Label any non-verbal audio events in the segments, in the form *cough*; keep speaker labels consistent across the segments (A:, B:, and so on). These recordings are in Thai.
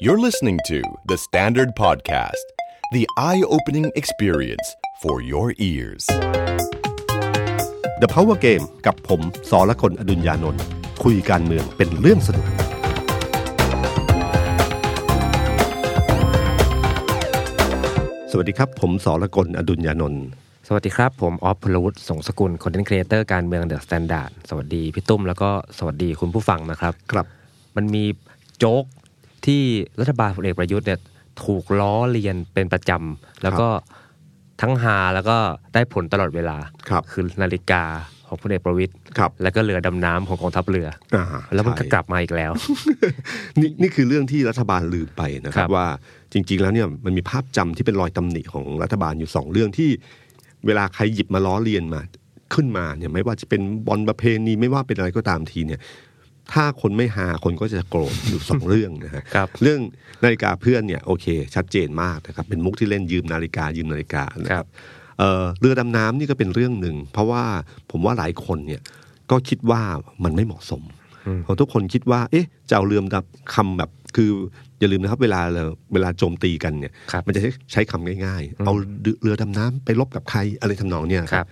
A: You're listening to The Standard Podcast, the eye opening experience for your ears.
B: The Power Game กับผมสอละคนอดุญญานนท์คุยการเมืองเป็นเรื่องสนุก สวัสดีครับ ผมสอละกลอดุญญานนท์
C: สวัสดีครับ ผมออฟพลวุฒิสงสกุลคอนเทนต์ครีเอเตอร์การเมืองเดอะสแตนดาร์ดสวัสดีพี่ตุ้มแล้วก็สวัสดีคุณผู้ฟังนะครับ
B: ครับ
C: มันมีโจ๊กที่รัฐบาลพลเอกประยุทธ์เนี่ยถูกล้อเลียนเป็นประจำแล้วก็ทั้งฮาแล้วก็ได้ผลตลอดเวลา
B: ครับ
C: คือนาฬิกาของพลเอกประวิตย
B: ครับ
C: แล้วก็เรือดำน้ำของกองทัพเรือ
B: อ่า
C: แล้วมันก็
B: ใช่
C: กลับมาอีกแล้ว
B: นี่นี่คือเรื่องที่รัฐบาลลืมไปนะครั
C: ครับ บ
B: ว่าจริง ๆ แล้วเนี่ยมันมีภาพจำที่เป็นรอยตำหนิของรัฐบาลอยู่สองเรื่องที่ เวลาใครหยิบมาล้อเลียนมาขึ้นมาเนี่ยไม่ว่าจะเป็นบอลประเพณีไม่ว่าเป็นอะไรก็ตามทีเนี่ย ถ้าคนไม่หาคนก็จะโกรธอยู่สอง เรื่องนะฮะ
C: ครับ
B: เรื่องนาฬิกาเพื่อนเนี่ยโอเค ชัดเจนมากนะครับเป็นมุกที่เล่นยืมนาฬิกายืมนาฬิกานะค
C: ครั
B: รับบ เอ่อเรือดำน้ำนี่ก็เป็นเรื่องหนึ่งเพราะว่าผมว่าหลายคนเนี่ยก็คิดว่ามันไม่เหมาะสมเพราะทุกคนคิดว่า เอ๊ะจะเอาเรือดำคำแบบ คืออย่าลืมนะครับเวลาเราเวลาโจมตีกันเนี่ย
C: ครับ
B: มันจะใช้ใช้คำง่าย ๆ เอาเรือดำน้ำไปลบกับใครอะไรทำนองเนี่ย
C: ครับ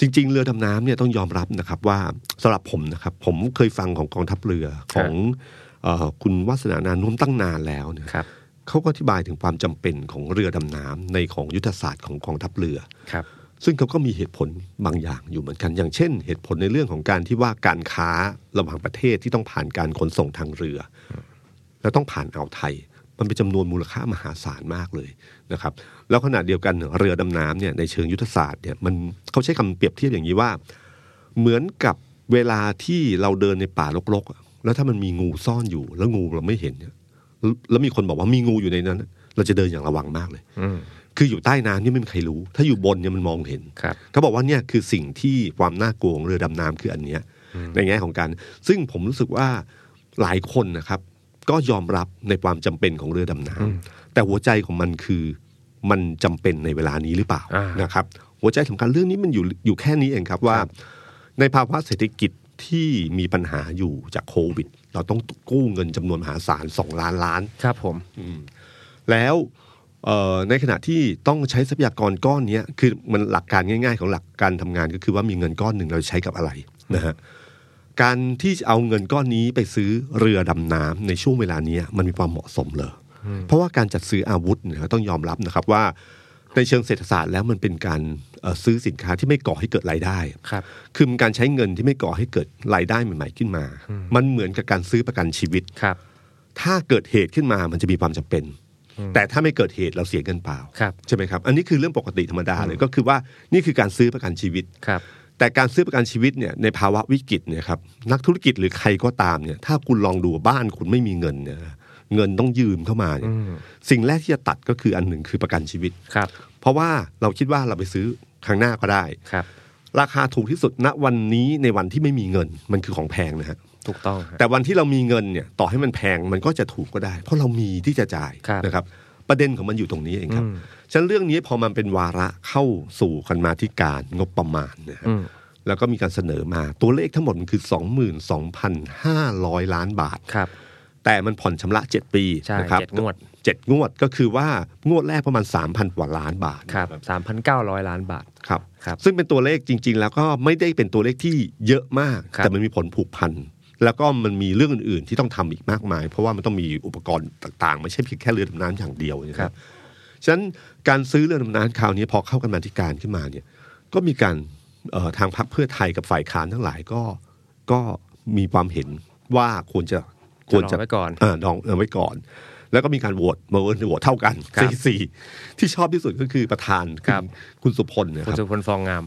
B: จริง ๆ เรือดำน้ำเนี่ยต้องยอมรับนะครับว่าสำหรับผมนะครับ ผมเคยฟังของกองทัพเรือของเอ่อคุณวัฒนานานุ่มตั้งนานแล้วเนี่ย
C: ครับ
B: เขาก็อธิบายถึงความจำเป็นของเรือดำน้ำในของยุทธศาสตร์ของกองทัพเรือ
C: ครับ
B: ซึ่งเขาก็มีเหตุผลบางอย่างอยู่เหมือนกัน อย่างเช่น เหตุผลในเรื่องของการที่ว่าการค้าระหว่างประเทศที่ต้องผ่านการขนส่งทางเรือ แล้วต้องผ่านอ่าวไทย มันเป็นจำนวนมูลค่ามหาศาลมากเลยนะครับ แล้วขณะเดียวกันเรือดำน้ำเนี่ยในเชิงยุทธศาสตร์เนี่ยมันเขาใช้คำเปรียบเทียบอย่างนี้ว่า เหมือนกับเวลาที่เราเดินในป่ารกๆอะแล้วถ้ามันมีงูซ่อนอยู่ แล้วงูเราไม่เห็นเนี่ยแล้วแล้วมีคนบอกว่ามีงูอยู่ในนั้น เราจะเดินอย่างระวังมากเลย
C: อืม
B: คืออยู่ใต้น้ำนี่ไม่มีใครรู้ ถ้าอยู่บนเนี่ยมันมองเห็น
C: ครับ
B: เขาบอกว่าเนี่ยคือสิ่งที่ความน่ากลัวของเรือดำน้ำคืออันเนี้ยในแง่ของการซึ่งผมรู้สึกว่าหลายคนนะครับ ก็ยอมรับในความจำเป็นของเรือดำน้ำแต่หัวใจของมันคือมันจำเป็นในเวลานี้หรือเปล่า
C: อ่าน
B: นะครับ หัวใจสำคัญเรื่องนี้มันอยู่อยู่แค่นี้เองครับว่า ในภาวะเศรษฐกิจที่มีปัญหาอยู่จากโควิด เราต้องกู้เงินจำนวนมหาศาลสองล้านล้าน
C: ครับผม
B: แล้วเอ่อในขณะที่ต้องใช้ทรัพยากรก้อนเนี้ยคือมันหลักการง่าย ๆ ของหลักการทำงานก็คือว่ามีเงินก้อนหนึ่งเราใช้กับอะไรนะฮะการที่จะเอาเงินก้อนนี้ไปซื้อเรือดำน้ำในช่วงเวลาเนี้ยมันมีความเหมาะสมเหรออเพราะว่าการจัดซื้ออาวุธเนี่ยต้องยอมรับนะครับว่าในเชิงเศรษฐศาสตร์แล้วมันเป็นการเอ่อซื้อสินค้าที่ไม่ก่อให้เกิดรายได้
C: ครับ
B: คือมันการใช้เงินที่ไม่ก่อให้เกิดรายได้ใหม่ ๆขึ้นมา มันเหมือนกับการซื้อประกันชีวิต
C: ครับ
B: ถ้าเกิดเหตุขึ้นมามันจะมีความจำเป็น แต่ถ้าไม่เกิดเหตุเราเสียเงินเปล่า
C: ครับ
B: ใช่ไหมครับ อันนี้คือเรื่องปกติธรรมดาเลยก็คือว่านี่คือการซื้อประกันชีวิต
C: ครับ
B: แต่การซื้อประกันชีวิตเนี่ยในภาวะวิกฤตเนี่ยครับนักธุรกิจหรือใครก็ตามเนี่ยถ้าคุณลองดูบ้านคุณไม่มีเงินเนี่ยเงินต้องยืมเข้ามาเนี่ยสิ่งแรกที่จะตัดก็คืออันหนึ่งคือประกันชีวิต
C: ครับ
B: เพราะว่าเราคิดว่าเราไปซื้อครั้งหน้าก็ได้
C: ครับ
B: ราคาถูกที่สุดณวันนี้ในวันที่ไม่มีเงินมันคือของแพงนะฮะ
C: ถูกต้องฮะ
B: แต่วันที่เรามีเงินเนี่ยต่อให้มันแพงมันก็จะถูกก็ได้ เพราะเรามีที่จะจ่าย
C: ครับ
B: นะครับ ประเด็นของมันอยู่ตรงนี้เองครับ
C: อืม
B: ฉะนั้นเรื่องนี้พอมันเป็นวาระเข้าสู่คณาธิการงบประมาณนะฮะ
C: อืม
B: แล้วก็มีการเสนอมาตัวเลขทั้งหมดมันคือ 22,500 ล้านบาท
C: ครับ
B: แต่มันผ่อนชำระ 7 ปี
C: ใช่
B: นะครับ
C: เจ็ดงวด
B: เจ็ดงวดก็คือว่างวดแรกประมาณ 3,000 กว่าล้านบาท
C: ครับสามพันเก้าร้อยล้านบาท
B: ครับ
C: ครับ
B: ซึ่งเป็นตัวเลขจริง ๆ แล้วก็ไม่ได้เป็นตัวเลขที่เยอะมาก
C: ครับ
B: แต่มันมีผลผูกพัน แล้วก็มันมีเรื่องอื่น ๆ ที่ต้องทำอีกมากมาย เพราะว่ามันต้องมีอุปกรณ์ต่างๆ ไม่ใช่เพียงแค่เรือดำน้ำอย่างเดียวนะค
C: ครั
B: รับบ ฉะนั้นการซื้อเรือดำน้ำคราวนี้พอเข้ากันมาธิการขึ้นมาเนี่ยก็มีการเอ่อทางพรรคเพื่อไทยกับฝ่ายค้านทั้งหลายก็ก็มีความเห็นว่าควรจะควร
C: จะ
B: จะ
C: รอไว้ก่อน
B: เออดองเอาไว้ก่อน แล้วก็มีการโหวตมาโหวตเท่ากัน
C: ครับ
B: สี่สี่ที่ชอบที่สุดก็คือประธาน
C: ครับ
B: คุณสุพลนะค
C: คุณ
B: รับ
C: สุพลฟองงาม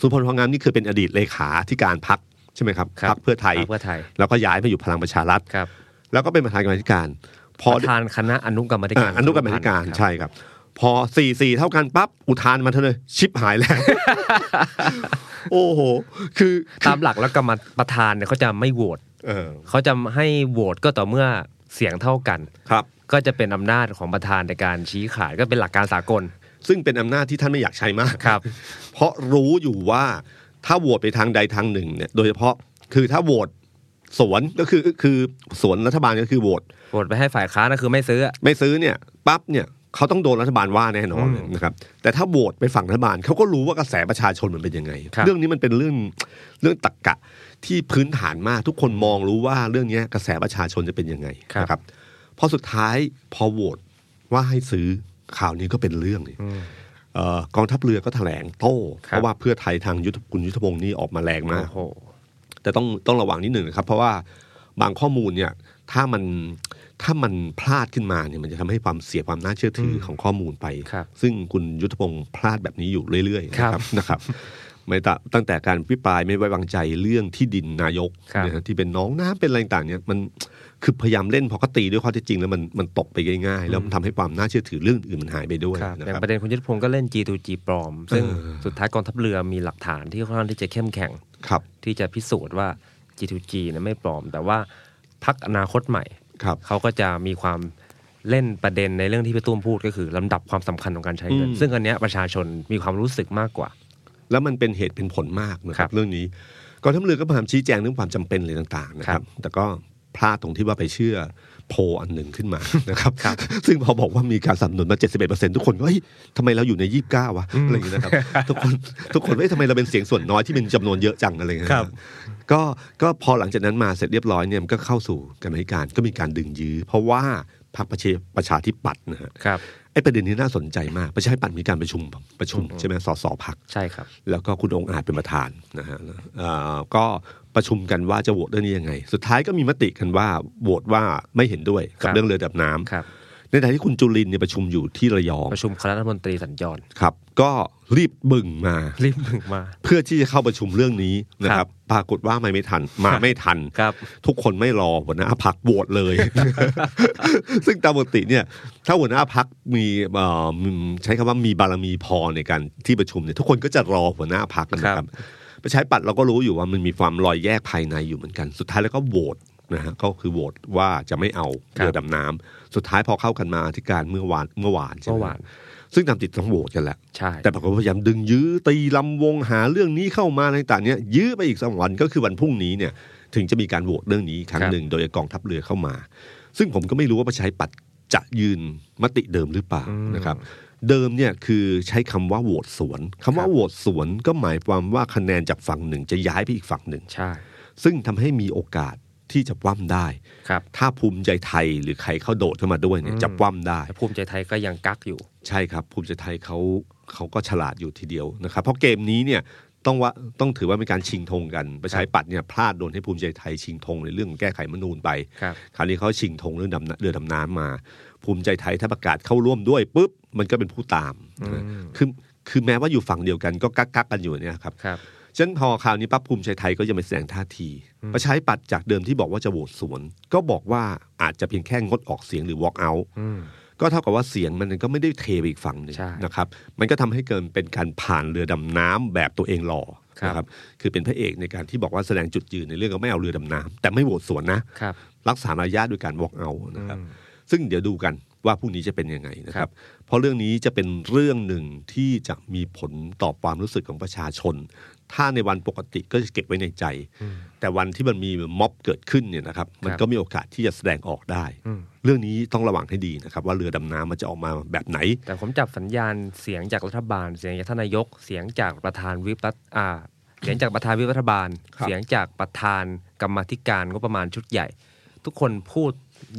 B: สุพลพองงามนี่คือเป็นอดีตเลขาธิการพักใช่ไหมครับ
C: ครับ
B: พัเพื่อไทย
C: พรรคเพื่อไทย
B: แล้วก็ย้ายไปอยู่พลังประชารัฐ
C: ครับ
B: แล้วก็เป็นประธานกรรมาธิการ พอ
C: ประธานคณะอนุกรรมธิ
B: เอ่
C: กา
B: อ
C: ร
B: อนุกรรมาธิการ
C: คบ
B: ใช่ครับ พอสี่สี่เท่ากันปั๊บอุทานมาเท่าเลยชิปหายแล้ว *laughs* โอ้โห คือ
C: ตามหลักแล้วกรรมประธานเนี่ยเขาจะไม่โหวต
B: เออ
C: เขาจะให้โหวตก็ต่อเมื่อเสียงเท่ากัน
B: ครับ
C: ก็จะเป็นอำนาจของประธานในการชี้ขาดก็เป็นหลักการสากล
B: ซึ่งเป็นอำนาจที่ท่านไม่อยากใช้มาก
C: ครับ
B: เพราะรู้อยู่ว่าถ้าโหวตไปทางใดทางหนึ่งเนี่ยโดยเฉพาะคือถ้าโหวต สวนก็คือคือสวนรัฐบาลก็คือโหวต
C: โหวตไปให้ฝ่ายค้านนะคือไม่ซื้ออะ
B: ไม่ซื้อเนี่ยปั๊บเนี่ยเขาต้องโดนรัฐบาลว่าแน่นอน
C: อืม
B: นะครับแต่ถ้าโหวตไปฝั่งรัฐบาลเขาก็รู้ว่ากระแสประชาชนมันเป็นยังไง
C: ครับ
B: เรื่องนี้มันเป็นเรื่องเรื่องตรกกะที่พื้นฐานมากทุกคนมองรู้ว่าเรื่องเนี้ยกระแสประชาชนจะเป็นยังไงนะครับพอสุดท้ายพอโหวตว่าให้ซื้อข่าวนี้ก็เป็นเรื่องนี่
C: อืม
B: เอ่อกองทัพเรือก็แถลงโต้
C: ครับ
B: เพราะว่าเพื่อไทยทางยุทธคุณยุทธพงศ์นี่ออกมาแรงมาก
C: โอ้โห
B: แต่ต้องต้องระวังนิดหนึ่งนะครับ เพราะว่าบางข้อมูลเนี่ยถ้ามันถ้ามันพลาดขึ้นมาเนี่ยมันจะทำให้ความเสียความน่าเชื่อถืออ
C: ม
B: ของข้อมูลไป
C: ครับ
B: ซึ่งคุณยุทธพงศ์พลาดแบบนี้อยู่เรื่อยๆ
C: ครับ
B: นะครับนะครับไม่ตะตั้งแต่การพิปรายไม่ไว้วางใจเรื่องที่ดินนายก
C: ครับ
B: นะฮะที่เป็นน้องน้ำเป็นอะไรต่างๆเนี่ยมันคือพยายามเล่นพอก็ตีด้วยข้อเท็จจริงแล้วมันมันตกไปง่ายๆแล้วมันทำให้ความน่าเชื่อถือเรื่องอื่นมันหายไปด้วย
C: ครับ
B: นะ
C: อย่าง
B: ครับ
C: ประเด็นคุณยุทธพงศ์ก็เล่น G2G ปลอม ซึ่ง
B: เออ
C: สุดท้ายกองทัพเรือมีหลักฐานที่ค่อนข้างที่จะเข้มแข็ง
B: ครับ
C: ที่จะพิสูจน์ว่า G2G นะไม่ปลอม แต่ว่าพักอนาคตใหม่
B: ครับ
C: เขาก็จะมีความเล่นประเด็นในเรื่องที่พี่ตุ้มพูดก็คือลำดับความสำคัญของการใช้เงิน
B: อืม
C: ซึ่งอันเนี้ยประชาชนมีความรู้สึกมากกว่า
B: แล้วมันเป็นเหตุเป็นผลมากนะค
C: ครั
B: รับบ เรื่องนี้กองทัพเรือก็พยายามชี้แจงเรื่องความจำเป็นอะไรต่างๆนะค
C: ครั
B: รับ
C: บ
B: แต่ก็พลาดตรงที่ว่าไปเชื่อโพลอันหนึ่งขึ้นมา *laughs* นะครับซึ่งพอบอกว่ามีการสนับสนุนมา 71%ทุกคนก็เฮ้ยทำไมเราอยู่ใน 29 วะอะไรอย่างเงี้ยนะครับ ทุกคนทุกคนว่าทำไมเราเป็นเสียงส่วนน้อยที่เป็นจำนวนเยอะจังอะไรอย่างเงี้ย
C: ครับ
B: ก็ก็พอหลังจากนั้นมาเสร็จเรียบร้อยเนี่ยมันก็เข้าสู่กรรมาธิการก็มีการดึงยื้อ เพราะว่าพรรคประชาประชาธิปัตย์นะฮะ
C: ครับ
B: ไอ้ประเด็นนี้น่าสนใจมากประชาธิปัตย์มีการประชุมประชุมใช่ไหมสสพรรค
C: ใช่ครับ
B: แล้วก็คุณองค์อาจเป็นประธานนะฮะเอ่อก็ประชุมกันว่าจะโหวตเรื่องนี้ยังไง สุดท้ายก็มีมติกันว่าโหวตว่าไม่เห็นด้วย
C: ค
B: กับ
C: รั
B: บ เรื่องเรือดำน้ำ
C: ครับ
B: ในขณะที่คุณจุลินทร์เนี่ยประชุมอยู่ที่ระยอง
C: ประชุมคณะรัฐมนตรีสัญจร
B: ครับ ก็รีบบึ่งมา
C: รีบมึงมา
B: เพื่อที่จะเข้าประชุมเรื่องนี้นะครับ ปรากฏว่าไม่ไม่ทันมาไม่ทัน
C: ครับ
B: ทุกคนไม่รอหัวหน้าพักโหวตเลย *laughs* ซึ่งตามปกติเนี่ยถ้าหัวหน้าพักมีเอ่อมีใช้คำว่ามีบารมีพอในการที่ประชุมเนี่ยทุกคนก็จะรอหัวหน้าพักนะค
C: ครั
B: รับบ ประชาธิปัตย์เราก็รู้อยู่ว่ามันมีความรอยแยกภายในอยู่เหมือนกัน สุดท้ายแล้วก็โหวตนะฮะก็คือโหวตว่าจะไม่เอาเรือดำน้ำสุดท้ายพอเข้ากันมาอธิการเมื่อวานเมื่อวานใช่ไหม
C: เมื่อวาน
B: ซึ่งตามติดต้องโหวตกันแหละ
C: ใช่
B: แต่ปรากฏว่าพยายามดึงยื้อตีลำวงหาเรื่องนี้เข้ามาอะไรต่างๆเนี่ยยื้อไปอีกสองวันก็คือวันพรุ่งนี้เนี่ยถึงจะมีการโหวตเรื่องนี้อีกครั้งหนึ่งโดยกองทัพเรือเข้ามา ซึ่งผมก็ไม่รู้ว่าประชาธิปัตย์จะยืนมติเดิมหรือเปล่านะครับ เดิมเนี่ยคือใช้คำว่าโหวตสวนคำว่าโหวตสวนก็หมายความว่าคะแนนจากฝั่งหนึ่งจะย้ายไปอีกฝั่งหนึ่ง
C: ใช่
B: ซึ่งทำให้มีโอกาสที่จะคว่ำได้
C: ครับ
B: ถ้าภูมิใจไทยหรือใครเข้าโดดเข้ามาด้วยเนี่ยจะคว่ำได้
C: แต่ภูมิใจไทยก็ยังกักอยู่
B: ใช่ครับ ภูมิใจไทยเขาเขาก็ฉลาดอยู่ทีเดียวนะครับ เพราะเกมนี้เนี่ยต้องว่าต้องถือว่าเป็นการชิงธงกันประชาธิปัตย์เนี่ยพลาดโดนให้ภูมิใจไทยชิงธงในเรื่องแก้ไขรัฐธรรมนูญไป
C: ครับ
B: คราวนี้เขาชิงธงเรื่องดำน้ำเรือดำน้ำมา ภูมิใจไทยถ้าประกาศเข้าร่วมด้วยปุ๊บมันก็เป็นผู้ตามนะคือคือแม้ว่าอยู่ฝั่งเดียวกันก็กักกักๆกันอยู่เนี่ยครับ
C: ครับ
B: ฉะนั้นพอคราวนี้ปั๊บภูมิใจไทยก็จะไม่แสดงท่าที ประชาธิปัตย์จากเดิมที่บอกว่าจะโหวตสวน ก็บอกว่าอาจจะเพียงแค่งดออกเสียงหรือ walk out
C: อืม
B: ก็เท่ากับว่าเสียงมันก็ไม่ได้เทไปอีกฝั่งหนึ่ง
C: ใช่
B: นะครับ มันก็ทำให้เกินเป็นการผ่านเรือดำน้ำแบบตัวเองหล่อ
C: ครับ
B: นะครับ คือเป็นพระเอกในการที่บอกว่าแสดงจุดยืนในเรื่องก็ไม่เอาเรือดำน้ำแต่ไม่โหวตสวนนะ
C: ครับ
B: รักษามารยาทด้วยการ walk out นะครับ ซึ่งเดี๋ยวดูกันว่าพรุ่งนี้จะเป็นยังไงนะค
C: ครั
B: รับ
C: บ
B: เพราะเรื่องนี้จะเป็นเรื่องหนึ่งที่จะมีผลต่อความรู้สึกของประชาชน ถ้าในวันปกติก็จะเก็บไว้ในใจ แต่วันที่มันมีม็อบเกิดขึ้นเนี่ยนะครับ มันก็มีโอกาสที่จะแสดงออกได้ เรื่องนี้ต้องระวังให้ดีนะครับ ว่าเรือดำน้ำมันจะออกมาแบบไหน
C: แต่ผมจับสัญญาณเสียงจากรัฐบาล เสียงจากท่านนายก เสียงจากประธานวิปรัฐ
B: *coughs*
C: อ่า เสียงจากประธานวิปรัฐบาล
B: ครับ
C: เสียงจากประธานกรรมาธิการงบประมาณชุดใหญ่ ทุกคนพูด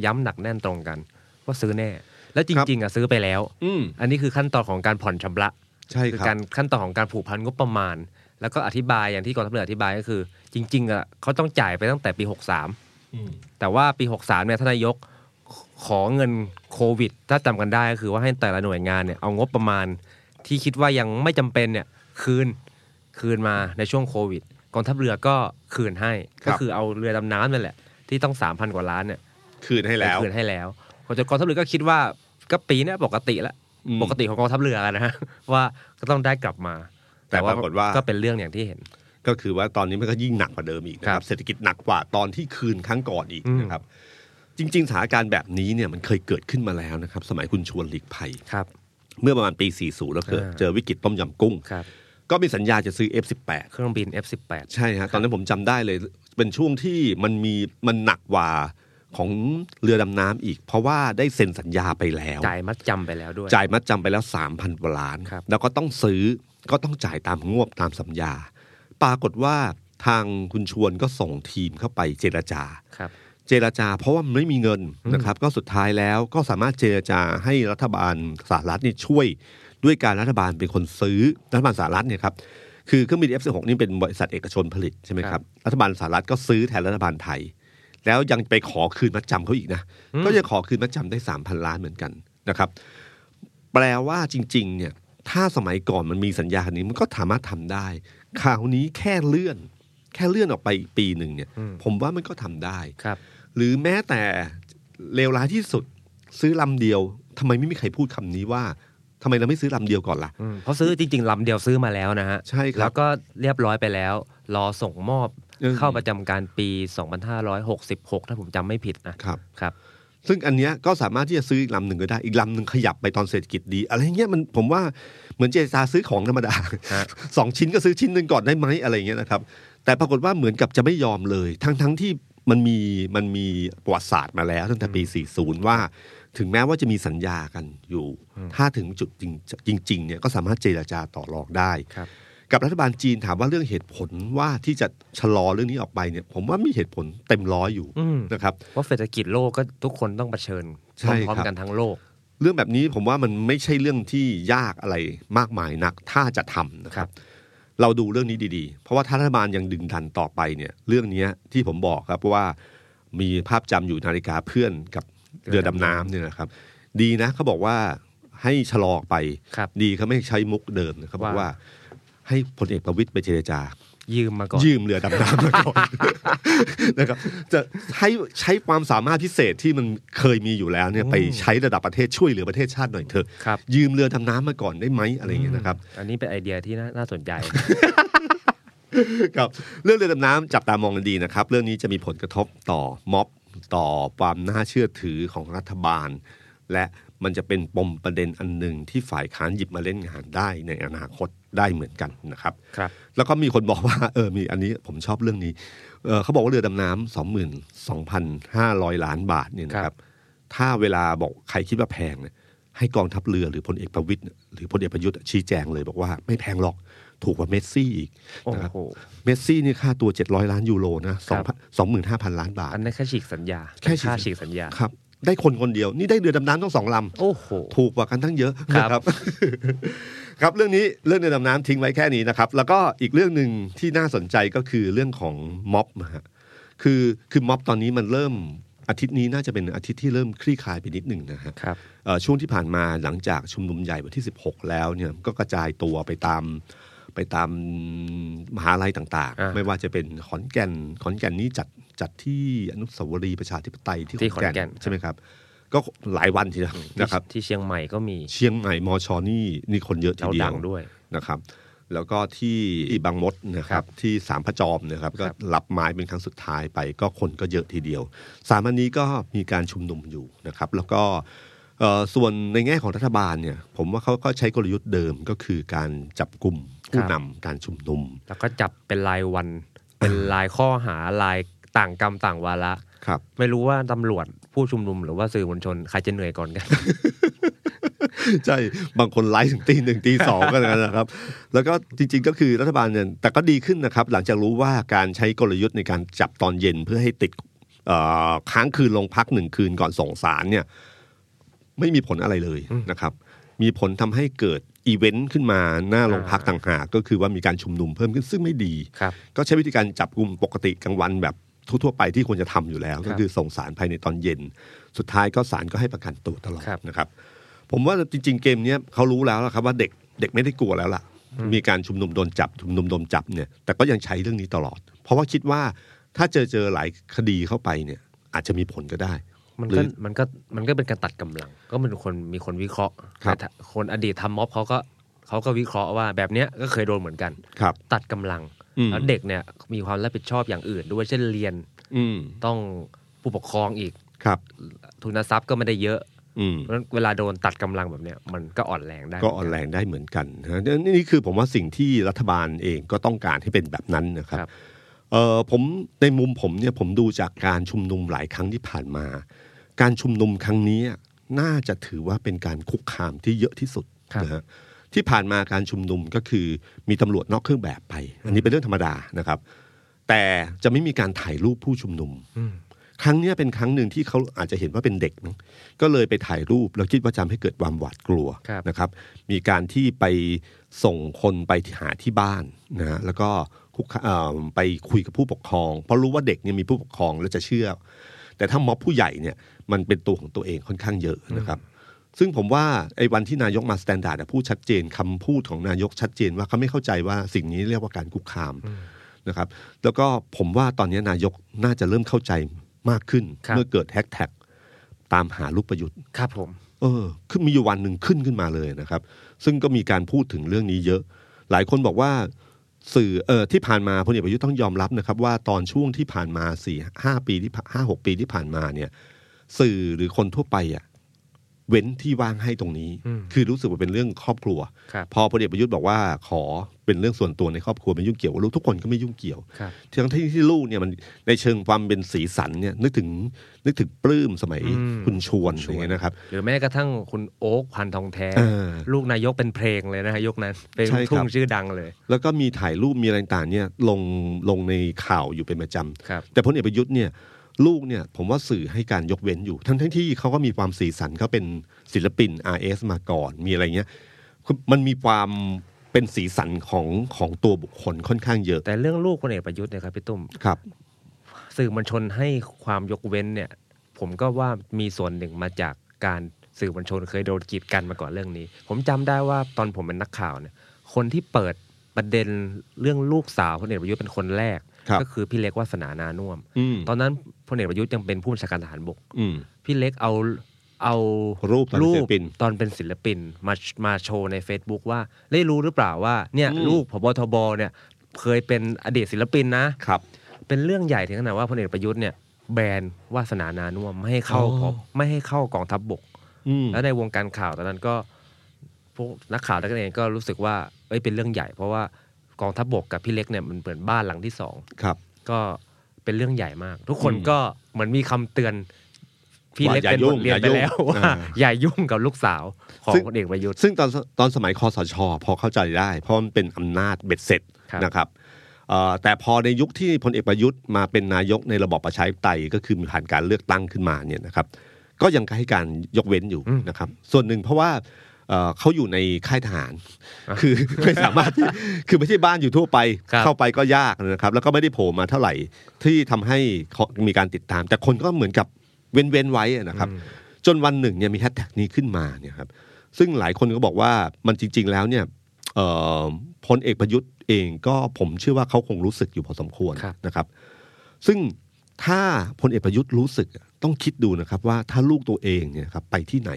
C: ย้ำหนักแน่นตรงกัน ว่าซื้อแน่ แล้วจริง ๆอ่ะซื้อไปแล้ว
B: อืม
C: อันนี้คือขั้นตอนของการผ่อนชำระ
B: ใช่ครับ
C: การขั้นตอนของการผูกพันงบประมาณ แล้วก็อธิบายอย่างที่กองทัพเรืออธิบายก็คือ จริงๆอ่ะเขาต้องจ่ายไปตั้งแต่ปี 63 แต่ว่าปี 63เนี่ยทานนายกขขอเงินโควิด ถ้าจำกันได้ก็คือว่าให้แต่ละหน่วยงานเนี่ยเอางบประมาณที่คิดว่ายังไม่จำเป็นเนี่ยคืนคืนมาในช่วงโควิดกองทัพเรือก็คืนให้
B: ครับ
C: ก็คือเอาเรือดำน้ำนั่นแหละที่ต้อง3,000กว่าล้านเนี่ย
B: คืนให้แล้ว
C: คืนให้แล้วกองทัพเรือก็คิดว่าก็ปีเนี้ยปกติละ
B: อืม
C: ปกติของกองทัพเรือนะฮะ *laughs* ว่าก็ต้องได้กลับมา
B: แต่ปรากฏว่า
C: ก็เป็นเรื่องอย่างที่เห็น
B: ก็คือว่าตอนนี้มันก็ยิ่งหนักกว่าเดิมอีกนะค
C: ครั
B: รับบ เศรษฐกิจหนักกว่าตอนที่คืนครั้งก่อนอีก
C: อืม
B: นะครับ จริง ๆสถานการณ์แบบนี้เนี่ยมันเคยเกิดขึ้นมาแล้วนะครับ สมัยคุณชวนหลีกภัย
C: ครับ
B: เมื่อประมาณปี 40 แล้วเกิด
C: อ่า
B: เจอวิกฤตต้มยำกุ้ง
C: ครับ
B: ก็มีสัญญาจะซื้อ F18
C: เครื่องบิน F18
B: ใช่ฮะตอนนั้นผมจำได้เลย เป็นช่วงที่มันมีมันหนักกว่าของเรือดำน้ำอีก เพราะว่าได้เซ็นสัญญาไปแล้ว
C: จ่ายมัดจำไปแล้วด้วย
B: จ่ายมัดจำไปแล้ว 3,000กว่าล้าน
C: ครับ
B: แล้วก็ต้องซื้อก็ต้องจ่ายตามงวบตามสัญญา ปรากฏว่าทางคุณชวนก็ส่งทีมเข้าไปเจรจา
C: ครับ
B: เจรจา เพราะว่ามันไม่มีเงินนะครับ ก็สุดท้ายแล้วก็สามารถเจรจาให้รัฐบาลสหรัฐนี่ช่วย ด้วยการรัฐบาลเป็นคนซื้อรัฐบาลสหรัฐเนี่ยครับคือเครื่องบิน F16 นี่เป็นบริษัทเอกชนผลิตใช่ไหมครับรัฐบาลสหรัฐก็ซื้อแทนรัฐบาลไทย แล้วยังไปขอคืนมัดจำเขาอีกนะก็จะขอคืนมัดจำได้ 3,000 ล้านเหมือนกันนะครับ แปลว่าจริง ๆ เนี่ย ถ้าสมัยก่อนมันมีสัญญาอันนี้มันก็สามารถทำได้คราวนี้แค่เลื่อน แค่เลื่อนออกไปอีกปีหนึ่งเนี่ย
C: อืม
B: ผมว่ามันก็ทำได้
C: ครับ
B: หรือแม้แต่เลวร้ายที่สุด ซื้อลำเดียวทำไมไม่มีใครพูดคำนี้ว่าทำไมเราไม่ซื้อลำเดียวก่อนล่ะ
C: อืมเพราะซื้อจริงๆลำเดียวซื้อมาแล้วนะฮะ
B: ใช่ครับ
C: แล้วก็เรียบร้อยไปแล้ว รอส่งมอบ
B: อืม
C: เข้าประจำการปี 2566 ถ้าผมจำไม่ผิดนะครับ ครับ
B: ซึ่งอันเนี้ยก็สามารถที่จะซื้ออีกลำหนึ่งก็ได้อีกลำหนึ่งขยับไปตอนเศรษฐกิจดี อะไรเงี้ยมันผมว่าเหมือนเจรจาซื้อของธรรมดา *laughs*
C: ฮะ
B: สองชิ้นก็ซื้อชิ้นหนึ่งก่อนได้ไหมอะไรเงี้ยนะครับ แต่ปรากฏว่าเหมือนกับจะไม่ยอมเลย ทั้งทั้งที่มันมีมันมีประวัติศาสตร์มาแล้วตั้งแต่ปี 40 ว่า ถึงแม้ว่าจะมีสัญญากันอยู่ ถ้าถึงจุดจริงจริงๆเนี่ยก็สามารถเจรจาต่อรองได้
C: ครับ
B: กับรัฐบาลจีนถามว่าเรื่องเหตุผลว่าที่จะชะลอเรื่องนี้ออกไปเนี่ยผมว่ามีเหตุผลเต็มร้อยอยู่
C: อืม
B: นะครับ
C: เพราะเศรษฐกิจโลกก็ทุกคนต้องเผชิญ
B: ใช่
C: พร้อม
B: ครับ
C: ๆกันทั้งโลก
B: เรื่องแบบนี้ผมว่ามันไม่ใช่เรื่องที่ยากอะไรมากมายนักถ้าจะทำนะค
C: ครั
B: รับ
C: บ
B: เราดูเรื่องนี้ดีๆ เพราะว่าถ้ารัฐบาลยังดึงดันต่อไปเนี่ย เรื่องเนี้ยที่ผมบอกครับว่ามีภาพจำอยู่นาฬิกาเพื่อนกับเรือดำน้ำเนี่ยนะครับ ดีนะเขาบอกว่าให้ชะลอออกไป
C: ครับ
B: ดีเขาไม่ใช้มุกเดิมนะเขาบอก
C: ว่า
B: ว่า ให้พลเอกประวิตยไปเจรจา
C: ยืมมาก่อน
B: ยืมเรือดำน้ำมาก่
C: *laughs*
B: อน นะครับจะให้ใช้ความสามารถพิเศษที่มันเคยมีอยู่แล้วเนี่ยไปใช้ระดับประเทศช่วยเหลือประเทศชาติหน่อยเถอะ
C: ครับ
B: ยืมเรือดำน้ำมาก่อนได้ไหมอะไรอย่างเงี้ยนะครับ
C: อันนี้เป็นไอเดียที่น่าน่าสนใจ
B: ครับ เรื่องเรือดำน้ำจับตามองกันดีนะครับ เรื่องนี้จะมีผลกระทบต่อม็อบต่อความน่าเชื่อถือของรัฐบาล และมันจะเป็นปมประเด็นอันหนึ่งที่ฝ่ายค้านหยิบมาเล่นงานได้ในอนาคตได้เหมือนกันนะครับ
C: ครับ
B: แล้วก็มีคนบอกว่า เออมีอันนี้ผมชอบเรื่องนี้เออเขาบอกว่าเรือดำน้ำสองหมื่นสองพันห้าร้อยล้านบาทเนี่ยนะครับ ถ้าเวลาบอกใครคิดว่าแพงเนี่ยให้กองทัพเรือหรือพลเอกประวิตยหรือพลเอกประยุทธ์ชี้แจงเลยบอกว่าไม่แพงหรอกถูกกว่าเมสซี่อีก
C: โอ้
B: นะครับ
C: โห
B: เมสซี่นี่ค่าตัว 700 ล้านยูโรนะ
C: ครับ
B: สองหมื่นห้าพันล้านบาท
C: อันนั้นแค่ฉีกสัญญา
B: แค่ฉีก
C: ค่าฉีกสัญญา
B: ครับ ได้คนคนเดียวนี่ได้เรือดำน้ำต้องสองลำ
C: โอ้โห
B: ถูกกว่ากันทั้งเยอะ
C: ครั
B: นะ
C: บ
B: ครับ *laughs* ครับเรื่องนี้เรื่องเรือดำน้ำทิ้งไว้แค่นี้นะครับ แล้วก็อีกเรื่องหนึ่งที่น่าสนใจก็คือเรื่องของม็อบนะฮะคือคือม็อบตอนนี้มันเริ่มอาทิตย์นี้น่าจะเป็นอาทิตย์ที่เริ่มคลี่คลายไปนิดหนึ่งนะฮะ
C: ครับ
B: เอ่อช่วงที่ผ่านมาหลังจากชุมนุมใหญ่วันที่ 16 แล้วเนี่ยก็กระจายตัวไปตามไปตามมหาลัยต่าง
C: อ่า
B: ๆ ไม่ว่าจะเป็นขอนแก่นขอนแก่นนี้จัดจัดที่อนุสาวรีย์ประชาธิปไตยที่
C: ที่ขอนแก่น
B: ใช่ไหมครับ ก็หลายวันทีเดียวนะครับ
C: ที่ที่เชียงใหม่ก็มี
B: เชียงใหม่มอชอนี่นี่คนเยอะที
C: เรา
B: เดีย
C: ดั
B: ว
C: งด้วย
B: นะครับ แล้วก็ที่บางมดนะค
C: ครั
B: รับบ ที่สามพระจอมนะครับก็
C: ครับ
B: รับไม้เป็นครั้งสุดท้ายไป ก็คนก็เยอะทีเดียว สามอันนี้ก็มีการชุมนุมอยู่นะครับ แล้วก็เอ่อส่วนในแง่ของรัฐบาลเนี่ย ผมว่าเขาก็ใช้กลยุทธ์เดิมก็คือการจับกลุ่มผู้นำการชุมนุม
C: แล้วก็จับเป็นรายวัน เป็นรายข้อหารายต่างกรรมต่างวาระ
B: ครับ
C: ไม่รู้ว่าตำรวจผู้ชุมนุมหรือว่าสื่อมวลชนใครจะเหนื่อยก่อนกัน
B: *laughs* ใช่ บางคนไลฟ์ถึงตีหนึ่งตีสองก็แล้วกันนะครับ แล้วก็จริงๆก็คือรัฐบาลเนี่ยแต่ก็ดีขึ้นนะครับ หลังจากรู้ว่าการใช้กลยุทธ์ในการจับตอนเย็นเพื่อให้ติดเอ่อค้างคืนลงพักหนึ่งคืนก่อนส่งสารเนี่ย ไม่มีผลอะไรเลยนะครับ มีผลทำให้เกิดอีเวนต์ขึ้นมาหน้าโรงพักต่างหากก็คือว่ามีการชุมนุมเพิ่มขึ้นซึ่งไม่ดี
C: ครับ
B: ก็ใช้วิธีการจับกลุ่มปกติกลางวันแบบทั่วๆไปที่ควรจะทำอยู่แล้ว ก็คือส่งสารภายในตอนเย็น สุดท้ายก็สารก็ให้ประกันตัวตลอด
C: ครับ
B: นะครับ ผมว่าจริง ๆ เกมเนี้ยเขารู้แล้วล่ะครับว่าเด็กเด็กไม่ได้กลัวแล้วล่ะ มีการชุมนุมโดนจับชุมนุมโดนจับเนี่ยแต่ก็ยังใช้เรื่องนี้ตลอด เพราะว่าคิดว่าถ้าเจอเจอหลายคดีเข้าไปเนี่ย อาจจะมีผลก็ได้
C: มัน
B: หรื
C: ก็
B: อ
C: มันก็มันก็เป็นการตัดกำลัง ก็มันคนมีคนวิเคราะห์
B: ครับ
C: แต่คนอดีตทำม็อบเขาก็เขาก็วิเคราะห์ว่าแบบเนี้ยก็เคยโดนเหมือนกัน
B: ครับ
C: ตัดกำลัง
B: อืม
C: แล้วเด็กเนี่ยมีความรับผิดชอบอย่างอื่นด้วยเช่นเรียน
B: อืม
C: ต้องผู้ปกครองอีก
B: ครับ
C: ทุนทรัพย์ก็ไม่ได้เยอะ
B: อืม
C: เพราะฉะนั้นเวลาโดนตัดกำลังแบบเนี้ยมันก็อ่อนแรงได้
B: ก็อ่อนแรงได้เหมือนกันนะฮะนี่นี่คือผมว่าสิ่งที่รัฐบาลเองก็ต้องการให้เป็นแบบนั้นนะครับ
C: ครับ
B: เออผมในมุมผมเนี่ยผมดูจากการชุมนุมหลายครั้งที่ผ่านมา การชุมนุมครั้งนี้น่าจะถือว่าเป็นการคุกคามที่เยอะที่สุด
C: ครับ
B: นะฮะที่ผ่านมาการชุมนุมก็คือมีตำรวจนอกเครื่องแบบไป อันนี้เป็นเรื่องธรรมดานะครับ แต่จะไม่มีการถ่ายรูปผู้ชุมนุม ครั้งเนี้ยเป็นครั้งหนึ่งที่เขาอาจจะเห็นว่าเป็นเด็กมั้งก็เลยไปถ่ายรูปแล้วคิดว่าจำให้เกิดความหวาดกลัว
C: ครับ
B: นะครับ มีการที่ไปส่งคนไปหาที่บ้านนะฮะแล้วก็คุกคเอ่อไปคุยกับผู้ปกครอง เพราะรู้ว่าเด็กเนี่ยมีผู้ปกครองแล้วจะเชื่อ แต่ถ้าม็อบผู้ใหญ่เนี่ยมันเป็นตัวของตัวเองค่อนข้างเยอะนะครับ ซึ่งผมว่าไอ้วันที่นายกมาสแตนดาร์ดพูดชัดเจนคำพูดของนายกชัดเจนว่าเขาไม่เข้าใจว่าสิ่งนี้เรียกว่าการคุกคามนะครับ แล้วก็ผมว่าตอนนี้นายกน่าจะเริ่มเข้าใจมากขึ้น
C: ครับ
B: เมื่อเกิดแฮชแท็กตามหาลูกประยุทธ์
C: ครับผม
B: เออขึ้นมีอยู่วันหนึ่งขึ้นขึ้นมาเลยนะครับ ซึ่งก็มีการพูดถึงเรื่องนี้เยอะ หลายคนบอกว่าสื่อเออที่ผ่านมาพลเอกประยุทธ์ต้องยอมรับนะครับ ว่าตอนช่วงที่ผ่านมาสี่ห้าปีที่ผ่านห้าหกปีที่ผ่านมาเนี่ย สื่อหรือคนทั่วไปอ่ะเว้นที่ว่างให้ตรงนี้
C: อืม
B: คือรู้สึกว่าเป็นเรื่องครอบครัว
C: ครับ
B: พอพลเอกประยุทธ์บอกว่าขอเป็นเรื่องส่วนตัวในครอบครัวไม่ยุ่งเกี่ยวลูกทุกคนก็ไม่ยุ่งเกี่ยว
C: ครับ
B: ทั้งที่ที่ลูกเนี่ยมันในเชิงความเป็นสีสันเนี่ยนึกถึงนึกถึงปลื้มสมัย
C: อืม
B: คุณชวนอย่างเงี้ยนะครับ
C: หรือแม้กระทั่งคุณโอ๊คพันทองแท้
B: เออ
C: ลูกนายกเป็นเพลงเลยนะฮะยกนั้น เป็น
B: ใช่ครับ
C: ทุ่งชื่อดังเลย
B: แล้วก็มีถ่ายรูปมีอะไรต่างๆเนี่ยลงลงในข่าวอยู่เป็นประจ
C: ครับ
B: ำแต่พลเอกประยุทธ์เนี่ยลูกเนี่ยผมว่าสื่อให้การยกเว้นอยู่ ทั้งทั้งที่เขาก็มีความสีสันเขาเป็นศิลปิน RS มาก่อนมีอะไรเงี้ยคือมันมีความเป็นสีสันของของตัวบุคคลค่อนข้างเยอะ
C: แต่เรื่องลูกพลเอกประยุทธ์เนี่ยครับพี่ตุ้ม
B: ครับ
C: สื่อมวลชนให้ความยกเว้นเนี่ย ผมก็ว่ามีส่วนหนึ่งมาจากการสื่อมวลชนเคยโดนกีดกันมาก่อนเรื่องนี้ ผมจำได้ว่าตอนผมเป็นนักข่าวเนี่ย คนที่เปิดประเด็นเรื่องลูกสาวพลเอกประยุทธ์เป็นคนแรก
B: ครับ
C: ก็คือพี่เล็กวาสนานานุ่วม
B: อืม
C: ตอนนั้นพลเอกประยุทธ์ยังเป็นผู้บัญชาการทหารบก
B: อืม
C: พี่เล็กเอาเอา
B: รูปตอนเป็นศิลปิน
C: ตอนเป็นศิลปินมามาโชว์ใน Facebook ว่าได้รู้หรือเปล่าว่าเนี่ย
B: อืม
C: ลูกพบทบเนี่ยเคยเป็นอดีตศิลปินนะ
B: ครับ
C: เป็นเรื่องใหญ่ถึงขนาดว่าพลเอกประยุทธ์เนี่ยแบนวาสนานานุ่วมไม่ให้เข้า
B: อ๋อ
C: พบไม่ให้เข้ากองทัพบบก
B: อืม
C: แล้วในวงการข่าวตอนนั้นก็พวกนักข่าวด้วยกันเองก็รู้สึกว่าเอ้ยเป็นเรื่องใหญ่ เพราะว่ากองทัพบบกกับพี่เล็กเนี่ยมันเหมือนบ้านหลังที่สอง
B: ครับ
C: ก็เป็นเรื่องใหญ่มาก ทุกคน
B: อืม
C: ก็เหมือนมีคำเตือนพี่เล็ก
B: ว่าอย่า
C: เป็นบทเรียน
B: ยุ่ง
C: ไปแล้ว
B: อย่ายุ่ง
C: ว่า
B: อ่า
C: *laughs* อย่ายุ่งกับลูกสาวของ
B: ซึ่ง
C: พลเอกประยุทธ์
B: ซึ่งตอนตอนสมัยคอสช พอเข้าใจได้ เพราะมันเป็นอำนาจเบ็ดเสร็จ
C: ครับ
B: นะครับเอ่อแต่พอในยุคที่พลเอกประยุทธ์มาเป็นนายกในระบอบประชาธิปไตยก็คือมีผ่านการเลือกตั้งขึ้นมาเนี่ยนะครับ ก็ยังให้การยกเว้นอยู่นะครับ ส่วนหนึ่งเพราะว่าเอ่อเขาอยู่ในค่ายทหาร คือ ไม่สามารถที่ *laughs* คือไม่ใช่บ้านอยู่ทั่วไป
C: ครับ
B: เข้าไปก็ยากนะครับ แล้วก็ไม่ได้โผล่มาเท่าไหร่ที่ทำให้เขามีการติดตาม แต่คนก็เหมือนกับเว้นเว้นๆไว้นะครับ จนวันหนึ่งเนี่ยมีแฮชแท็กนี้ขึ้นมาเนี่ยครับซึ่งหลายคนก็บอกว่ามันจริง ๆ แล้วเนี่ยเอ่อพลเอกประยุทธ์เองก็ผมเชื่อว่าเขาคงรู้สึกอยู่พอสมควร
C: ครับ
B: นะครับ ซึ่งถ้าพลเอกประยุทธ์รู้สึกอะต้องคิดดูนะครับ ว่าถ้าลูกตัวเองเนี่ยครับไปที่ไหน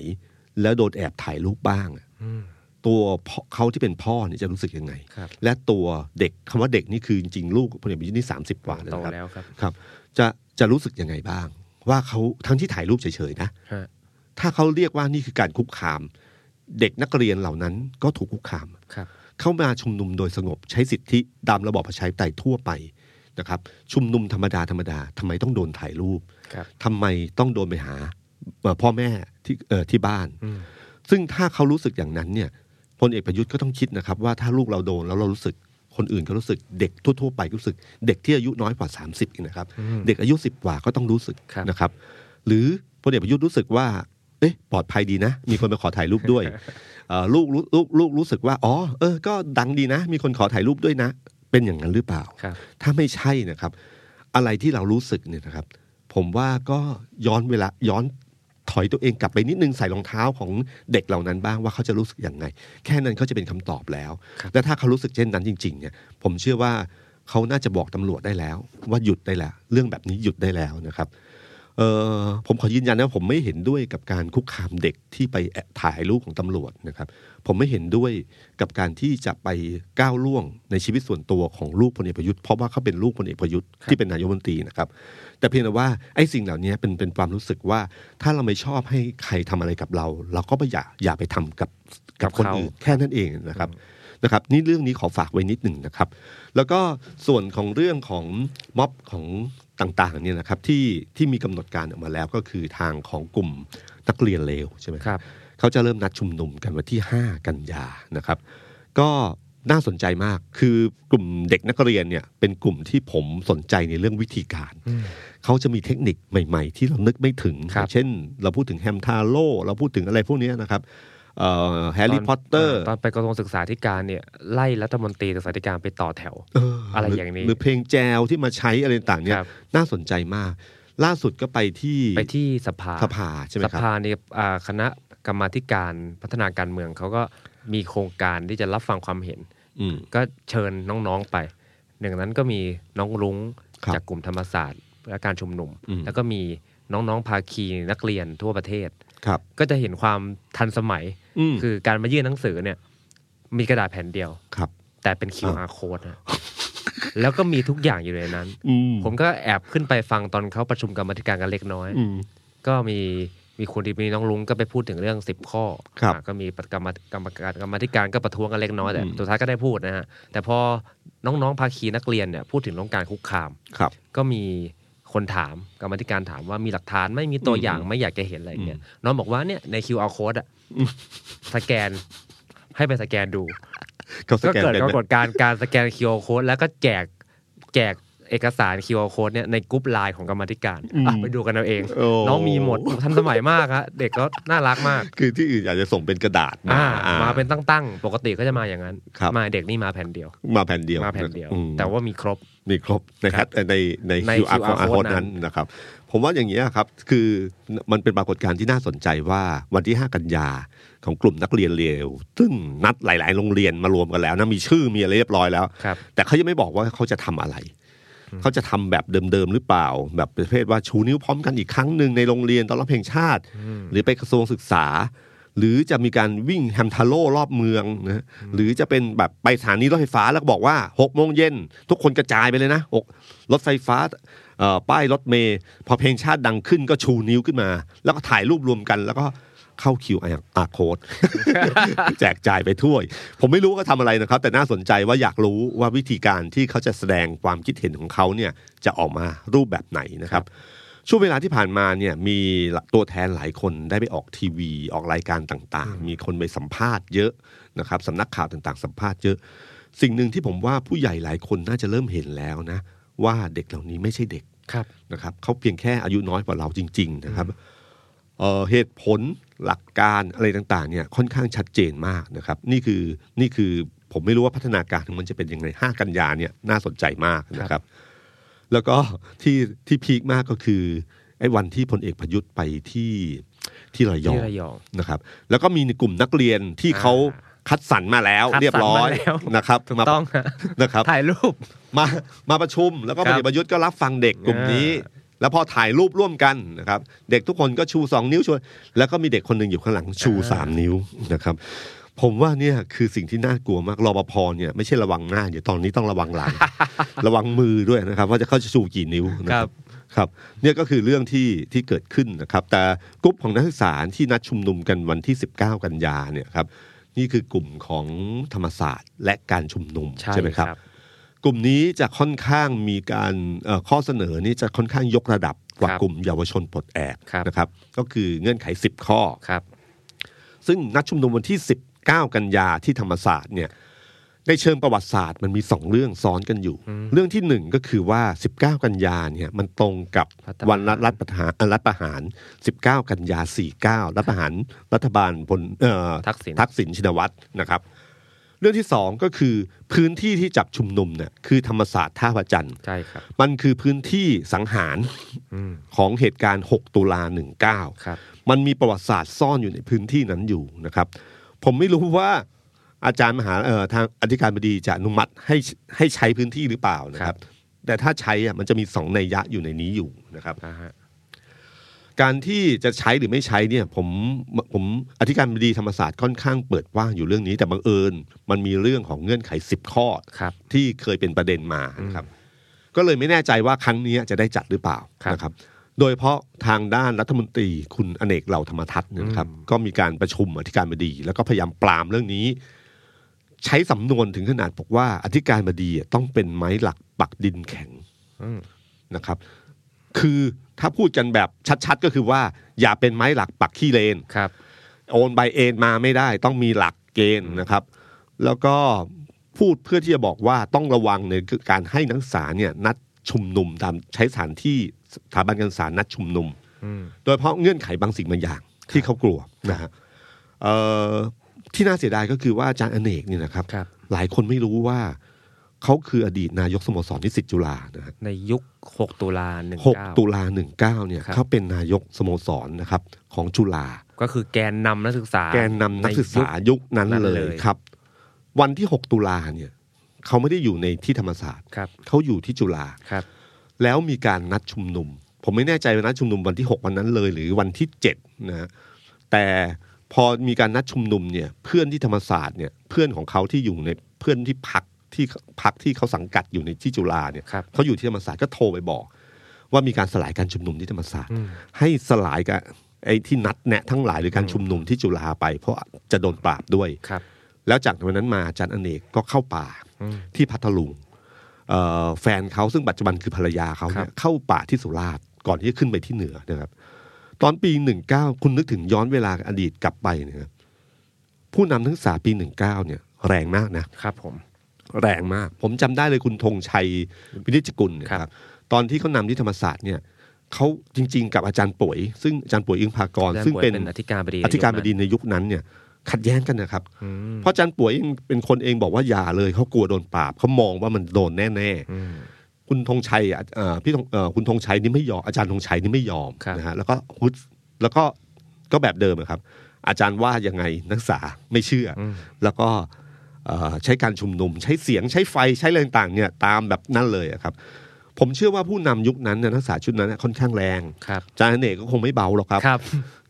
B: แล้วโดนแอบถ่ายรูปบ้างอะ
C: อืม
B: ตัวพ่อเขาที่เป็นพ่อเนี่ยจะรู้สึกยังไง
C: ครับ
B: และตัวเด็กคำว่าเด็กนี่คือจริงๆลูกพลเอกประยุทธ์นี่สามสิบกว่าแล้ว
C: โต
B: นะครับ
C: แล้วครับ
B: ครับ จะจะรู้สึกยังไงบ้าง ว่าเขาทั้งที่ถ่ายรูปเฉยๆนะ
C: ฮะ
B: ถ้าเขาเรียกว่านี่คือการคุกคาม เด็กนักเรียนเหล่านั้นก็ถูกคุกคาม
C: ครับ
B: เข้ามาชุมนุมโดยสงบใช้สิทธิตามระบอบประชาธิปไตยทั่วไปนะครับ ชุมนุมธรรมดาธรรมดาทำไมต้องโดนถ่ายรูป
C: ครับ
B: ทำไมต้องโดนไปหาเอ่อพ่อแม่ที่เอ่อที่บ้าน
C: อืม
B: ซึ่งถ้าเขารู้สึกอย่างนั้นเนี่ยพลเอกประยุทธ์ก็ต้องคิดนะครับ ว่าถ้าลูกเราโดนแล้วเรารู้สึกคนอื่นก็รู้สึกเด็กทั่ว ๆ ไปก็รู้สึก เด็กที่อายุน้อยกว่า 30อีกนะครับ เด็กอายุ 10 กว่าก็ต้องรู้สึก
C: ครับ
B: นะครับ หรือพลเอกประยุทธ์รู้สึกว่า เอ๊ะปลอดภัยดีนะ มีคนมาขอถ่ายรูปด้วย เอ่อลูกรู้ลูกลูกรู้สึกว่าอ๋อเออก็ดังดีนะ มีคนขอถ่ายรูปด้วยนะ เป็นอย่างนั้นหรือเปล่า
C: ครับ
B: ถ้าไม่ใช่นะครับ อะไรที่เรารู้สึกเนี่ยนะครับ ผมว่าก็ย้อนเวลาย้อนถอยตัวเองกลับไปนิดนึงใส่รองเท้าของเด็กเหล่านั้นบ้างว่าเขาจะรู้สึกอย่างไง แค่นั้นเขาจะเป็นคำตอบแล้ว และถ้าเขารู้สึกเช่นนั้นจริง ๆ เนี่ย ผมเชื่อว่าเขาน่าจะบอกตำรวจได้แล้ว ว่าหยุดได้แล้ว เรื่องแบบนี้หยุดได้แล้วนะครับ เออผมขอยืนยันนะผมไม่เห็นด้วยกับการคุกคามเด็กที่ไปแอบถ่ายรูปของตำรวจนะครับ ผมไม่เห็นด้วยกับการที่จะไปก้าวล่วงในชีวิตส่วนตัวของลูกพลเอกประยุทธ์เพราะว่าเขาเป็นลูกพลเอกประยุทธ์ที่เป็นนายกรัฐมนตรีนะครับ แต่เพียงแต่ว่าไอ้สิ่งเหล่านี้เป็นเป็นความรู้สึกว่าถ้าเราไม่ชอบให้ใครทำอะไรกับเรา เราก็ไม่อย่าอย่าไปทำกับกับคนอื่นแค่นั้นเองนะครับ นะครับนี่เรื่องนี้ขอฝากไว้นิดหนึ่งนะครับ แล้วก็ส่วนของเรื่องของม็อบของต่างๆเนี่ยนะครับที่ที่มีกำหนดการออกมาแล้วก็คือทางของกลุ่มนักเรียนเลวใช่ไหม
C: ครับ
B: เขาจะเริ่มนัดชุมนุมกันวันที่ 5 กันยานะครับ ก็น่าสนใจมากคือกลุ่มเด็กนักเรียนเนี่ยเป็นกลุ่มที่ผมสนใจในเรื่องวิธีการ เขาจะมีเทคนิคใหม่ ๆ ที่เรานึกไม่ถึง
C: ครับ
B: เช่น เราพูดถึงแฮมทาโร่เราพูดถึงอะไรพวกเนี้ยนะครับแฮร์รี่
C: ตน
B: พอตเตอร์
C: าตอนไปกระทรวงศึกษาธิการเนี่ยไล่รัฐมนตรีศึกษาธิการไปต่อแถว อะไรอย่างนี้
B: หรือเพลงแจวที่มาใช้อะไรต่างๆเนี่ย
C: ครับ
B: น่าสนใจมาก ล่าสุดก็ไปที่
C: ไปที่สภา
B: สภาใช่ไหมค
C: ส
B: รับ
C: ภาเนี่ยอ่าคณะกรรมาธิการพัฒนาการเมืองเขาก็มีโครงการที่จะรับฟังความเห็น
B: อืม
C: ก็เชิญน้องๆไป หนึ่งในนั้นก็มีน้องรุ้ง
B: ครับ
C: จากกลุ่มธรรมศาสตร์และการชุมนุม
B: อืม
C: แล้วก็มีน้องๆภาคีนักเรียนทั่วประเทศ
B: ครับ
C: ก็จะเห็นความทันสมัย
B: ม
C: คือการมายื่นหนังสือเนี่ย มีกระดาษแผ่นเดียว
B: ครับ
C: แต่เป็น QR code นะแล้วก็มีทุกอย่างอยู่ในนั้น
B: อืม
C: ผมก็แอบขึ้นไปฟังตอนเขาประชุมกรรมาธิการกันเล็กน้อย
B: อืม
C: ก็มีมีคนที่มีน้องลุงก็ไปพูดถึงเรื่องสิบข้อ
B: ครับ
C: อ่ะก็มีกรรมกรรมการกรรมาธิการก็ประท้วงกันเล็กน้อยแต่
B: อืม
C: สุดท้ายก็ได้พูดนะฮะแต่พอน้องๆภาคีนักเรียนเนี่ยพูดถึงเรื่องการคุกคาม
B: ครับ
C: ก็มีคนถามกรรมาธิการถามว่ามีหลักฐานไหม่มีตัวอย่างไหม่อยากจะเห็นอะไรอย่างเงี้ยน้องบอกว่าเนี่ยใน QR code อะสแกนให้ไปสแกนดู
B: เขาส
C: ก็
B: แกน
C: เกิด
B: เป็น
C: ป
B: ไหม
C: รากฏการณ์การสแกน QR code แล้วก็แจกแจกเอกสาร QR code เนี่ยในกรุ๊ปไลน์ของกรรมาธิการ
B: อืม
C: อ่ะไปดูกันเอาเอง
B: โอ้
C: น้องมีหมดทันสมัยมากฮะเด็กก็น่ารักมาก
B: คือที่อื่นอาจจะส่งเป็นกระดาษมา
C: อ่า
B: อ่
C: มาเป็นตั้งๆ ปกติก็จะมาอย่างนั้น
B: ครับ
C: มาเด็กนี่มาแผ่นเดียว
B: มาแผ่นเดียว
C: มาแผ่นเดียว
B: อืม
C: แต่ว่ามีครบ
B: มีครบใน
C: ค
B: แฮ
C: รับ
B: ชในใน
C: ใน
B: QR
C: QR
B: code
C: code นั้
B: นั้น นนะครับ ผมว่าอย่างนี้ยครับคือมันเป็นปรากฏการณ์ที่น่าสนใจว่าวันที่ 5 กันยาของกลุ่มนักเรียนเลวซึ่งนัดหลาย ๆ โรงเรียนมารวมกันแล้วนะมีชื่อมีอะไรเรียบร้อยแล้ว
C: ครับ
B: แต่เขายังไม่บอกว่าเขาจะทำอะไร เขาจะทำแบบเดิม ๆ หรือเปล่า แบบประเภทว่าชูนิ้วพร้อมกันอีกครั้งหนึ่งในโรงเรียนตอนรับเพลงชาติ หรือไปกระทรวงศึกษา หรือจะมีการวิ่งแฮมทาโร่รอบเมืองนะหรือจะเป็นแบบไปสถานีรถไฟฟ้าแล้วก็บอกว่า6กโมงเย็นทุกคนกระจายไปเลยนะหกรถไฟฟ้าเอ่อป้ายรถเมย์พอเพลงชาติดังขึ้นก็ชูนิ้วขึ้นมา แล้วก็ถ่ายรูปรวมกันแล้วก็เข้าคิวอาร์โค้ด *laughs* แจกจ่ายไปทั่ว ผมไม่รู้ก็ทำอะไรนะครับ แต่น่าสนใจว่าอยากรู้ว่าวิธีการที่เขาจะแสดงความคิดเห็นของเขาเนี่ยจะออกมารูปแบบไหนนะครับ ช่วงเวลาที่ผ่านมาเนี่ยมีตัวแทนหลายคนได้ไปออกทีวีออกรายการต่างๆ มีคนไปสัมภาษณ์เยอะนะครับสำนักข่าวต่างๆ สัมภาษณ์เยอะ สิ่งหนึ่งที่ผมว่าผู้ใหญ่หลายคนน่าจะเริ่มเห็นแล้วนะว่าเด็กเหล่านี้ไม่ใช่เด็ก
C: ครับ
B: นะครับเขาเพียงแค่อายุน้อยกว่าเราจริง ๆ นะครับเอ่อเหตุผลหลักการอะไรต่างๆเนี่ยค่อนข้างชัดเจนมากนะครับ นี่คือนี่คือผมไม่รู้ว่าพัฒนาการของมันจะเป็นยังไง5กันยาเนี่ยน่าสนใจมากนะครับ แล้วก็ที่ที่พีคมากก็คือไอ้วันที่พลเอกประยุทธ์ไปที่ที่ระยอ
C: ที่
B: ง
C: ระยอง
B: นะครับ แล้วก็มีกลุ่มนักเรียนที่เขาคัดสรรมาแล้ว
C: คัดสรร
B: เรียบร้อย
C: มาแล้ว
B: นะครับ
C: ถูก
B: มา
C: ต้องฮะ
B: นะครับ
C: ถ่ายรูป
B: มามาประชุมแล้วก็
C: ค
B: พ
C: รั
B: ล
C: บ
B: เอกประยุทธ์ก็รับฟังเด็กกลุ่มนี้
C: อ่
B: แล้วพอถ่ายรูปร่วมกันนะครับ เด็กทุกคนก็ชูสองนิ้วชูแล้วก็มีเด็กคนหนึ่งอยู่ข้างหลังชูสามนิ้วนะครับ ผมว่าเนี่ยคือสิ่งที่น่ากลัวมากรปภเนี่ยไม่ใช่ระวังหน้าเดี๋ยวตอนนี้ต้องระวังหลัง ระวังมือด้วยนะครับ ว่าจะเขาจะชูกี่นิ้วนะ
C: ค
B: ค
C: รั
B: รับ บ ครับเนี่ยก็คือเรื่องที่ที่เกิดขึ้นนะครับ แต่กลุ่มของนักศึกษาที่นัดชุมนุมกันวันที่ 19 กันยาเนี่ยครับนี่คือกลุ่มของธรรมศาสตร์ และการชุมนุม
C: ใช่
B: ไหมครับ
C: ครับ
B: กลุ่มนี้จะค่อนข้างมีการเอ่อข้อเสนอนี่จะค่อนข้างยกระดับกว่า
C: ครับ
B: กลุ่มเยาวชนปลดแอก
C: ครับ
B: นะครับ ก็คือเงื่อนไข 10 ข้อ
C: ครับ
B: ซึ่งนัดชุมนุมวันที่ 19 กันยาที่ธรรมศาสตร์เนี่ยในเชิงประวัติศาสตร์มันมี 2 เรื่องซ้อนกันอยู่ เรื่องที่ 1 ก็คือว่า 19 กันยาเนี่ยมันตรงกับ
C: รัฐประหาร
B: วันรัฐรัฐประหารอ่ะรัฐประหาร 19 กันยา 49 รัฐประหารรัฐบาลพลเอ่อ
C: ทักษิณ
B: ทักษิณชินวัตรนะครับ เรื่องที่สองก็คือพื้นที่ที่จับชุมนุมเนี่ยคือธรรมศาสตร์ท่าพระจันทร์
C: ใช่ครับ
B: มันคือพื้นที่สังหาร
C: อืม
B: ของเหตุการณ์ 6 ตุลา
C: ครับ
B: 19 มันมีประวัติศาสตร์ซ่อนอยู่ในพื้นที่นั้นอยู่นะครับ ผมไม่รู้ว่าอาจารย์มหาเอ่อทางอธิการบดีจะอนุมัติให้ให้ใช้พื้นที่หรือเปล่านะครับ แต่ถ้าใช้อ่ะมันจะมีสองนัยยะอยู่ในนี้อยู่นะครับ
C: อ่าฮะ
B: การที่จะใช้หรือไม่ใช้เนี่ยผมผมอธิการบดีธรรมศาสตร์ค่อนข้างเปิดกว่างอยู่เรื่องนี้ แต่บังเอิญ มันมีเรื่องของเงื่อนไข 10 ข้อ
C: ครับ
B: ที่เคยเป็นประเด็นมานะครับ ก็เลยไม่แน่ใจว่าครั้งนี้จะได้จัดหรือเปล่า
C: ครับ
B: นะครับ โดยเฉพราะทางด้านรัฐมนตรีคุณอเนกเหล่าธรรมทัศน์เนยนะครับ ก็มีการประชุมอธิการบดี แล้วก็พยายามปรามเรื่องนี้ ใช้สำนวนถึงขนาดบอกว่าอธิการบดีอ่ะต้องเป็นไม้หลักปักดินแข็ง
C: อืม
B: นะครับ คือถ้าพูดกันแบบชัดๆ ก็คือว่า อย่าเป็นไม้หลักปักขี้เลน
C: ครับ
B: โอนใบเอ็นมาไม่ได้ต้องมีหลักเกณฑ์นะครับ แล้วก็พูดเพื่อที่จะบอกว่าต้องระวังในการให้นักศึกษาเนี่ยนัดชุมนุมตามใช้สถานที่สถาบันการศึกษานัดชุมนุม
C: อืม
B: โดยเฉพราะเงื่อนไขบางสิ่งบางอย่างที่เขากลัวนะฮะเอ่อที่น่าเสียดายก็คือว่าอาจารย์อเนกเนี่ยนะครับ
C: ครับ
B: หลายคนไม่รู้ว่าเขาคืออดีตนายกสโมสรนิสิตจุฬานะฮะ
C: ในยุค 6 ตุลาหนึ่ง
B: 6 ตุลา19เนี่ย
C: ครับ
B: เขาเป็นนายกสโมสรนะครับของจุฬา
C: ก็คือแกนนำนักศึกษา
B: แกนนำนักศึกษา
C: ในยุค
B: ยุคนั้น
C: นั้น
B: เลยครับ วันที่ 6 ตุลาเนี่ยเขาไม่ได้อยู่ในที่ธรรมศาสตร์
C: ครับ
B: เขาอยู่ที่จุฬา
C: ครับ
B: แล้วมีการนัดชุมนุม ผมไม่แน่ใจว่านัดชุมนุมวันที่ 6 วันนั้นเลย หรือวันที่7นะฮะแต่พอมีการนัดชุมนุมเนี่ยเพื่อนที่ธรรมศาสตร์เนี่ยเพื่อนของเขาที่อยู่ในเพื่อนที่พักที่พักที่เขาสังกัดอยู่ในที่จุฬาเนี่ย
C: ครับ
B: เขาอยู่ที่ธรรมศาสตร์ก็โทรไปบอก ว่ามีการสลายการชุมนุมที่ธรรมศาสตร์
C: อืม
B: ให้สลายกับไอ้ที่นัดแนะทั้งหลายหรือการชุมนุมที่จุฬาไป เพราะจะโดนปราบด้วย
C: ครับ
B: แล้วจากวันนั้นมาอาจารย์อเนกก็เข้าป่า
C: อืม
B: ที่พัทลุงเอ่อแฟนเขาซึ่งปัจจุบันคือภรรยาเขาเนี่
C: ครั
B: ย
C: บ
B: เข้าป่าที่สุราษฎร์ก่อนที่จะขึ้นไปที่เหนือนะครับ ตอนปีหนึ่งเก้าคุณนึกถึงย้อนเวลาอดีตกลับไปเนยครับผู้นำทั้งสามปีหนึ่งเก้าเนี่ย แรงมากนะ
C: ครับผม
B: แรงมาก ผมจำได้เลยคุณธงชัยวินิจฉัยกุลเนย
C: ค
B: ค
C: รั
B: รับ บ ตอนที่เขานำที่ธรรมศาสตร์เนี่ยเขาจริง ๆ กับอาจารย์ป่วย ซึ่งอาจารย์ป่วยอิงพากร ซึ่งเป็น
C: อธิการบดี
B: อธิการบดี
C: ในยุคนั้น
B: ในยุคนั้นเนี่ย ขัดแย้งกันนะครับ
C: อืม
B: เพราะอาจารย์ป่วยเองเป็นคนเองบอกว่าอย่าเลยเขากลัวโดนปราบเขามองว่ามันโดนแน่
C: อืม
B: ๆ คุณธงชัยอ่ะเอ่อพี่ธงเอ่อคุณธงชัยนี่ไม่ยอมอาจารย์ธงชัยนี่ไม่ยอม
C: ครับ
B: นะฮะแล้วก็ฮึดแล้วก็ก็แบบเดิมอะครับ อาจารย์ว่ายังไงนักศึกษาไม่เชื่ออ
C: อืม
B: แล้วก็เอ่อใช้การชุมนุม ใช้เสียงใช้ไฟใช้อะไรต่างๆเนี่ยตามแบบนั่นเลยอะครับ ผมเชื่อว่าผู้นำยุคนั้นเนยนักศึกษาชุดนั้นนะค่อนข้างแรง
C: ครับ
B: อาจารย์อเนกก็คงไม่เบาหรอกครับ
C: ครับ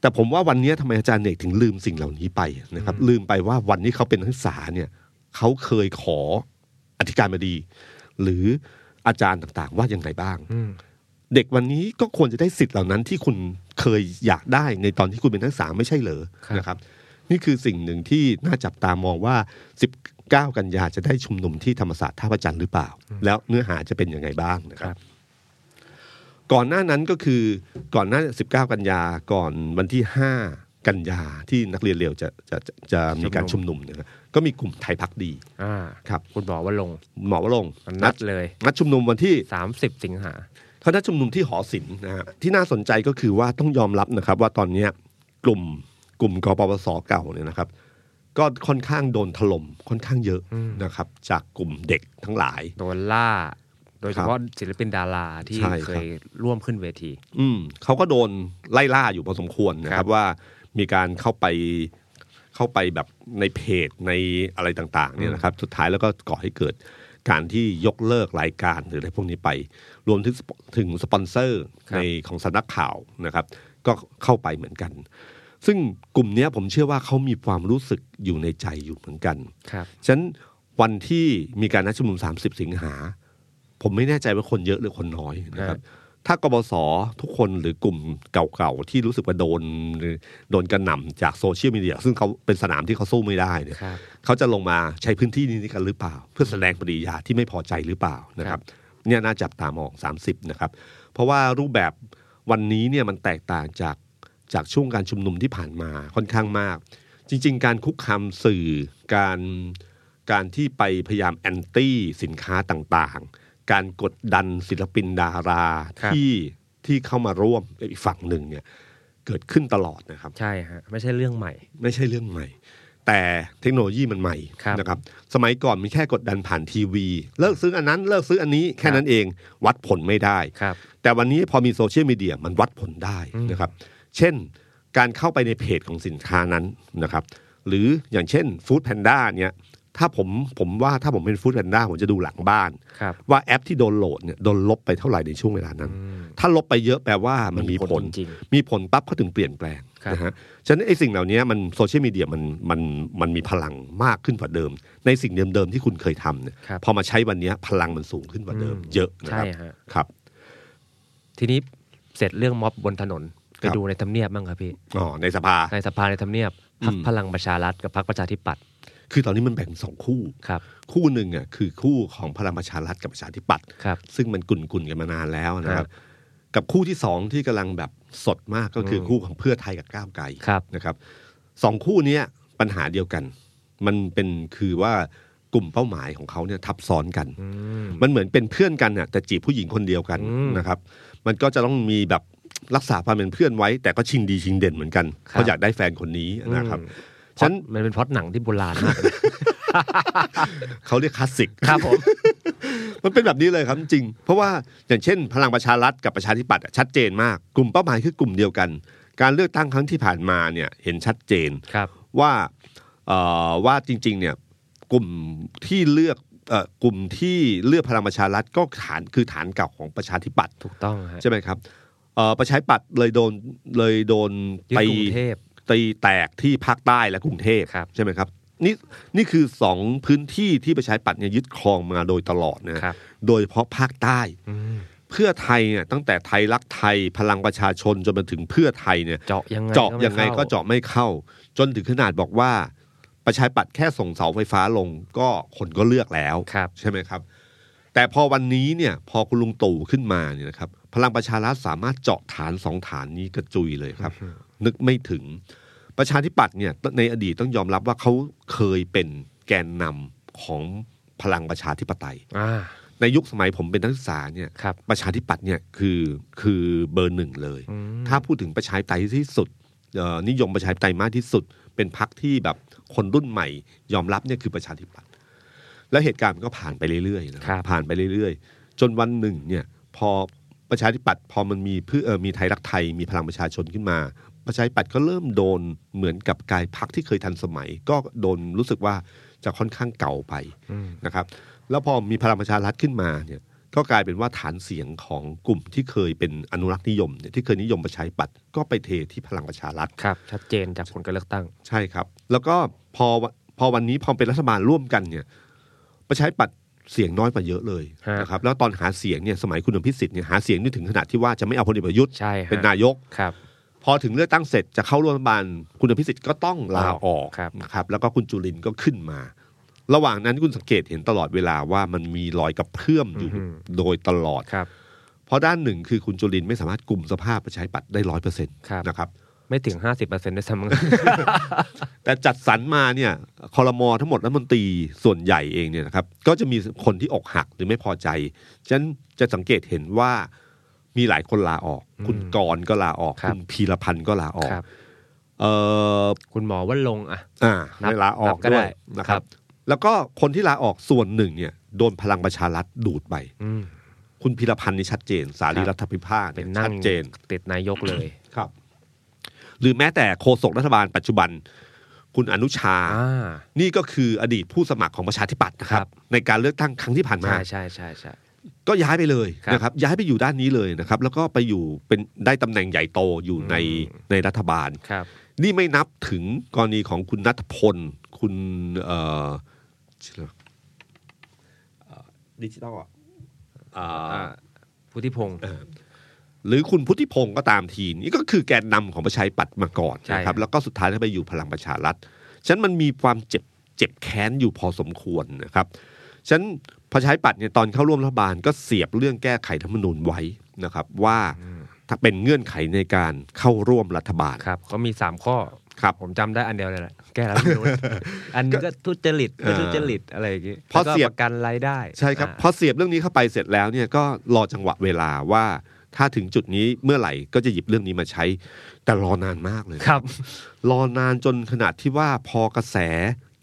B: แต่ผมว่าวันนี้ทำไมอาจารย์อเนกถึงลืมสิ่งเหล่านี้ไปนะครับ ลืมไปว่าวันนี้เขาเป็นนักศึกษาเนี่ยเขาเคยขออธิการบดี หรืออาจารย์ต่างๆ ว่ายังไงบ้าง
C: อืม
B: เด็กวันนี้ก็ควรจะได้สิทธิ์เหล่านั้นที่คุณเคยอยากได้ในตอนที่คุณเป็นนักศึกษาไม่ใช่เหรอนะครับ นี่คือสิ่งหนึ่งที่น่าจับตามองว่า 19 กันยาจะได้ชุมนุมที่ธรรมศาสตร์ท่าประจันทร์หรือเปล่า แล้วเนื้อหาจะเป็นยังไงบ้างนะค
C: ครั
B: รับ
C: บ
B: ก่อนหน้านั้นก็คือก่อนหน้า 19 กันยาก่อนวันที่ 5 กันยาที่นักเรียนเร็วจะจะจะจะมีการชุมนุมนะครับก็มีกลุ่มไทยพักดี
C: อ่า
B: ครับ
C: คุณบอกว่าลงค์
B: หมอวรงค์
C: นัดเลย
B: นัดชุมนุมวันที่
C: 30 สิงหา
B: เขานัดชุมนุมที่หอศิลป์นะฮะที่น่าสนใจก็คือว่าต้องยอมรับนะครับ ว่าตอนเนี้ยกลุ่มกลุ่มกปปสเก่าเนี่ยนะครับ ก็ค่อนข้างโดนถล่มค่อนข้างเยอะนะครับ จากกลุ่มเด็กทั้งหลาย
C: โดนล่า โดยเฉพาะศิลปินดาราที่
B: ใช่ครับ
C: เคยร่วมขึ้นเวที
B: อืมเขาก็โดนไล่ล่าอยู่พอสมควรนะค
C: ครั
B: รับบ ว่ามีการเข้าไปเข้าไปแบบในเพจในอะไรต่างๆเนี่ยนะครับ สุดท้ายแล้วก็ก่อให้เกิดการที่ยกเลิกรายการหรืออะไรพวกนี้ไป รวมถึงสปอนถึงสปอนเซอร์ในของสำนักข่าวนะครับ ก็เข้าไปเหมือนกัน ซึ่งกลุ่มเนี้ยผมเชื่อว่าเขามีความรู้สึกอยู่ในใจอยู่เหมือนกัน
C: ครับ
B: ฉะนั้นวันที่มีการนัดชุมนุม 30 สิงหา ผมไม่แน่ใจว่าคนเยอะหรือคนน้อยนะครับ ถ้ากบสทุกคนหรือกลุ่มเก่าๆ ที่รู้สึกว่าโดนหรือโดนกระหน่ำจากโซเชียลมีเดียซึ่งเขาเป็นสนามที่เขาสู้ไม่ได้เนี่ย
C: ครับ
B: เขาจะลงมาใช้พื้นที่นี้กันหรือเปล่า เพื่อแสดงปฏิกิริยาที่ไม่พอใจหรือเปล่านะครับ เนี่ยน่าจับตามอง 30 นะครับ เพราะว่ารูปแบบวันนี้เนี่ยมันแตกต่างจากจากช่วงการชุมนุมที่ผ่านมาค่อนข้างมาก จริง ๆ การคุกคามสื่อการการที่ไปพยายามแอนตี้สินค้าต่างๆ การกดดันศิลปินดารา
C: ครับ
B: ที่ที่เข้ามาร่วมอีกฝั่งหนึ่งเนี่ยเกิดขึ้นตลอดนะครับ
C: ใช่ฮะ ไม่ใช่เรื่องใหม่
B: ไม่ใช่เรื่องใหม่ แต่เทคโนโลยีมันใหม่
C: ครับ
B: นะครับ สมัยก่อนมีแค่กดดันผ่านทีวี เลิกซื้ออันนั้นเลิกซื้ออันนี้แค่นั้นเองวัดผลไม่ได้
C: ครับ
B: แต่วันนี้พอมีโซเชียลมีเดียมันวัดผลได้นะครับ เช่นการเข้าไปในเพจของสินค้านั้นนะครับ หรืออย่างเช่นฟู้ดแพนด้าเนี่ยถ้าผมผมว่าถ้าผมเป็นฟู้ดแพนด้าผมจะดูหลังบ้าน
C: ครับ
B: ว่าแอปที่โดนโหลดเนี่ยโดนลบไปเท่าไหร่ในช่วงเวลานั้น ถ้าลบไปเยอะแปลว่ามันมีผล
C: จริง
B: มีผลปั๊บเขาถึงเปลี่ยนแปลง
C: ครับ
B: นะฮะ ฉะนั้นไอ้สิ่งเหล่านี้มันโซเชียลมีเดียมันมันมันมีพลังมากขึ้นกว่าเดิม ในสิ่งเดิมๆที่คุณเคยทำเนี่ย
C: ครับ
B: พอมาใช้วันนี้พลังมันสูงขึ้นกว่าเดิม เยอะนะ
C: ใช่
B: ครับ
C: ฮะ
B: ครับ
C: ทีนี้เสร็จเรื่องม็อบบนถนนไป
B: ครับ
C: ดูในทำเนียบบ้างครับพี่
B: อ๋อในสภา
C: ในสภาในทำเนียบพัก
B: อืม
C: พลังประชารัฐกับพักประชาธิปัตย์
B: คือตอนนี้มันแบ่งเป็นสองคู่
C: ครับ
B: คู่หนึ่งอ่ะคือคู่ของพลังประชารัฐกับประชาธิปัตย์
C: ครับ
B: ซึ่งมันกุ่นกุนๆกันมานานแล้วนะค
C: ครั
B: รั
C: บบ
B: กับคู่ที่สองที่กำลังแบบสดมากก็คืออคู่ของเพื่อไทยกับก้าวไกล
C: ครับ
B: นะครับสองคู่เนี้ยปัญหาเดียวกัน มันเป็นคือว่ากลุ่มเป้าหมายของเขาเนี่ยทับซ้อนกัน
C: อืม
B: มันเหมือนเป็นเพื่อนกันน่ะแต่จีบผู้หญิงคนเดียวกัน
C: อืม
B: นะครับ มันก็จะต้องมีแบบรักษาความเป็นเพื่อนไว้ แต่ก็ชิงดีชิงเด่นเหมือนกัน
C: ครับ
B: เพราะอยากได้แฟนคนนี้นะครับ
C: อืม
B: ฉะนัน
C: มันเป็นพล็อดหนังที่โบราณมากเลย
B: เขาเรียกคลาสสิก
C: ครับผม
B: มันเป็นแบบนี้เลยครับจริง เพราะว่าอย่างเช่น พลังประชารัฐกับประชาธิปัตย์อะชัดเจนมาก กลุ่มเป้าหมายคือกลุ่มเดียวกัน การเลือกตั้งครั้งที่ผ่านมาเนี่ยเห็นชัดเจน
C: ครับ
B: ว่าเอ่อว่าจริงๆเนี่ยกลุ่มที่เลือกเอ่อกลุ่มที่เลือกพลังประชารัฐก็ฐานคือฐานเก่าของประชาธิปัตย์
C: ถูกต้องฮะ
B: ใช่ไหมครับเอ่อประชาธิปัตย์เลยโดนเลยโดน
C: ยึด
B: ตี
C: กรุงเทพ
B: ตีแตกที่ภาคใต้และกรุงเทพ
C: ครับ
B: ใช่ไหมครับนี่นี่คือสองพื้นที่ที่ประชาธิปัตย์เนี่ยยึดครองมาโดยตลอดนะครับ โดยเฉพาะภาคใต้
C: อืม
B: เพื่อไทยเนี่ยตั้งแต่ไทยรักไทยพลังประชาชนจนมาถึงเพื่อไทยเนี่ย
C: เจาะยังไง
B: เจาะ
C: ม่
B: ยังไงก็
C: ข้
B: เจาะไม่เข้า จนถึงขนาดบอกว่า ประชาธิปัตย์แค่ส่งเสาไฟฟ้าลงก็คนก็เลือกแล้ว
C: ครับ
B: ใช่ไหมครับ แต่พอวันนี้เนี่ยพอคุณลุงตู่ขึ้นมาเนี่ยนะครับ พลังประชารัฐสามารถเจาะฐานสองฐานนี้กระจุยเลยครับ นึกไม่ถึงประชาธิปัตย์เนี่ยในอดีตต้องยอมรับว่าเขาเคยเป็นแกนนำของพลังประชาธิปไตย
C: อ่า
B: ในยุคสมัยผมเป็นนักศึกษาเนี่ย
C: ครับ
B: ประชาธิปัตย์เนี่ยคือคือเบอร์หนึ่งเลย
C: อืม
B: ถ้าพูดถึงประชาธิปไตยที่สุดเอ่อนิยมประชาธิปไตยมากที่สุด เป็นพรรคที่แบบคนรุ่นใหม่ ยอมรับเนี่ยคือประชาธิปัตย์แล้วเหตุการณ์มันก็ผ่านไปเรื่อยๆนะครับผ่านไปเรื่อยๆ จนวันหนึ่งเนี่ยพอประชาธิปัตย์พอมันมีเพื่อเอ่อมีไทยรักไทยมีพลังประชาชนขึ้นมา ประชาธิปัตย์ก็เริ่มโดนเหมือนกับกลายพรรคที่เคยทันสมัย ก็โดนรู้สึกว่าจะค่อนข้างเก่าไป
C: อืม
B: นะครับแล้วพอมีพลังประชารัฐขึ้นมาเนี่ยก็กลายเป็นว่าฐานเสียงของกลุ่มที่เคยเป็นอนุรักษ์นิยมเนี่ยที่เคยนิยมประชาธิปัตย์ก็ไปเทที่พลังประชารัฐ
C: ครับ ชัดเจนจากผลการเลือกตั้ง
B: ใช่ครับ แล้วก็พอพอวันนี้พอเป็นรัฐบาลร่วมกันเนี่ยประชาธิปัตย์เสียงน้อยกว่าเยอะเลย
C: ฮะ
B: นะครับแล้วตอนหาเสียงเนี่ยสมัยคุณอภิสิทธิ์เนี่ยหาเสียงนี่ถึงขนาดที่ว่าจะไม่เอาพลเอกประยุทธ์
C: ใช่ฮะ
B: เป็นนายก
C: ครับ
B: พอถึงเลือกตั้งเสร็จจะเข้าร่วมรัฐบาลคุณอภิสิทธิ์ก็ต้องลาออก
C: ครับ
B: นะครับ แล้วก็คุณจุลินก็ขึ้นมา ระหว่างนั้นคุณสังเกตเห็นตลอดเวลาว่ามันมีรอยกับเพื่อมอยู่โดยตลอด
C: ครับ
B: เพราะด้านหนึ่งคือคุณจุลินไม่สามารถกลุ่มสภาพประชาธิปัตย์ได้ร้อยเปอร์เซ็นต์
C: ครับ
B: นะครับ
C: ไม่ถึง 50%ด้วยซ้ำมั้ง
B: แต่จัดสรรมาเนี่ยคอรมอทั้งหมดรัฐมนตรีส่วนใหญ่เองเนี่ยนะครับ ก็จะมีคนที่อกหักหรือไม่พอใจ ฉะนั้นจะสังเกตเห็นว่ามีหลายคนลาออก คุณกรณ์ก็ลาออก
C: ครับ
B: คุณพีรพันธ์ก็ล *laughs* าออก
C: ครับ
B: เอ่อ
C: คุณหมอว่าลงค์อ่ะ
B: อ่า
C: นับ
B: เวลาออ
C: นั
B: ก
C: บก็
B: ด้ว
C: ได้
B: ยนะ
C: ค
B: ค
C: รั
B: รับ บ แล้วก็คนที่ลาออกส่วนหนึ่งเนี่ยโดนพลังประชารัฐดูดไป
C: อืม
B: คุณพิรพันธ์นี่ชัดเจน สารีรัฐพิพาท
C: เป็น
B: ย
C: นั่
B: ชั
C: ง
B: ดเจน
C: ติดนายกเลย
B: ครับ หรือแม้แต่โฆษกรัฐบาลปัจจุบัน คุณอนุชา
C: อ่า
B: นี่ก็คืออดีตผู้สมัครของประชาธิปัตย์นะครั
C: ครับ บ
B: ในการเลือกตั้งครั้งที่ผ่านมา
C: ใช่ใช่ใช่ใช่
B: ก็ย้ายไปเลย
C: ครับ
B: นะครับ ย้ายไปอยู่ด้านนี้เลยนะครับ แล้วก็ไปอยู่เป็นได้ตำแหน่งใหญ่โตอยู่ใน
C: อืม
B: ในรัฐบาล
C: ครับ
B: นี่ไม่นับถึงกรณีของคุณนัทพล คุณเอ่อชื่ออะไรวะเอ่อดิจิตอลอะอ่า
C: อ่าพุทธิพงศ์
B: หรือคุณพุทธิพงศ์ก็ตามทีนี่ก็คือแกนนำของประชาธิปัตย์มาก่อน
C: ใช่
B: นะครับ
C: ครับ
B: แล้วก็สุดท้ายก็ไปอยู่พลังประชารัฐฉะนันมันมีความเจ็บเจ็บแค้นอยู่พอสมควรนะครับฉะนันประชาธิปัตย์เนี่ยตอนเข้าร่วมรัฐบาลก็เสียบเรื่องแก้ไขธรรมนูญไว้นะครับ ว่าถ้าเป็นเงื่อนไขในการเข้าร่วมรัฐบาล
C: ครับเขามีสามข้อ
B: ครับ
C: ผมจำได้อันเดียวเลยแหละแก้แล้วไม่รู้ อันนี้ก็ทุจริตไม่ทุจริตอะไรอย่างงี้
B: พอเสียบ
C: แล้วก็ประกันรายได้
B: ใช่ครับ
C: อ่า
B: พอเสียบเรื่องนี้เข้าไปเสร็จแล้วเนี่ยก็รอจังหวะเวลาว่าถ้าถึงจุดนี้เมื่อไหร่ก็จะหยิบเรื่องนี้มาใช้ แต่รอนานมากเลยนะครับ รอนานจนขนาดที่ว่าพอกระแส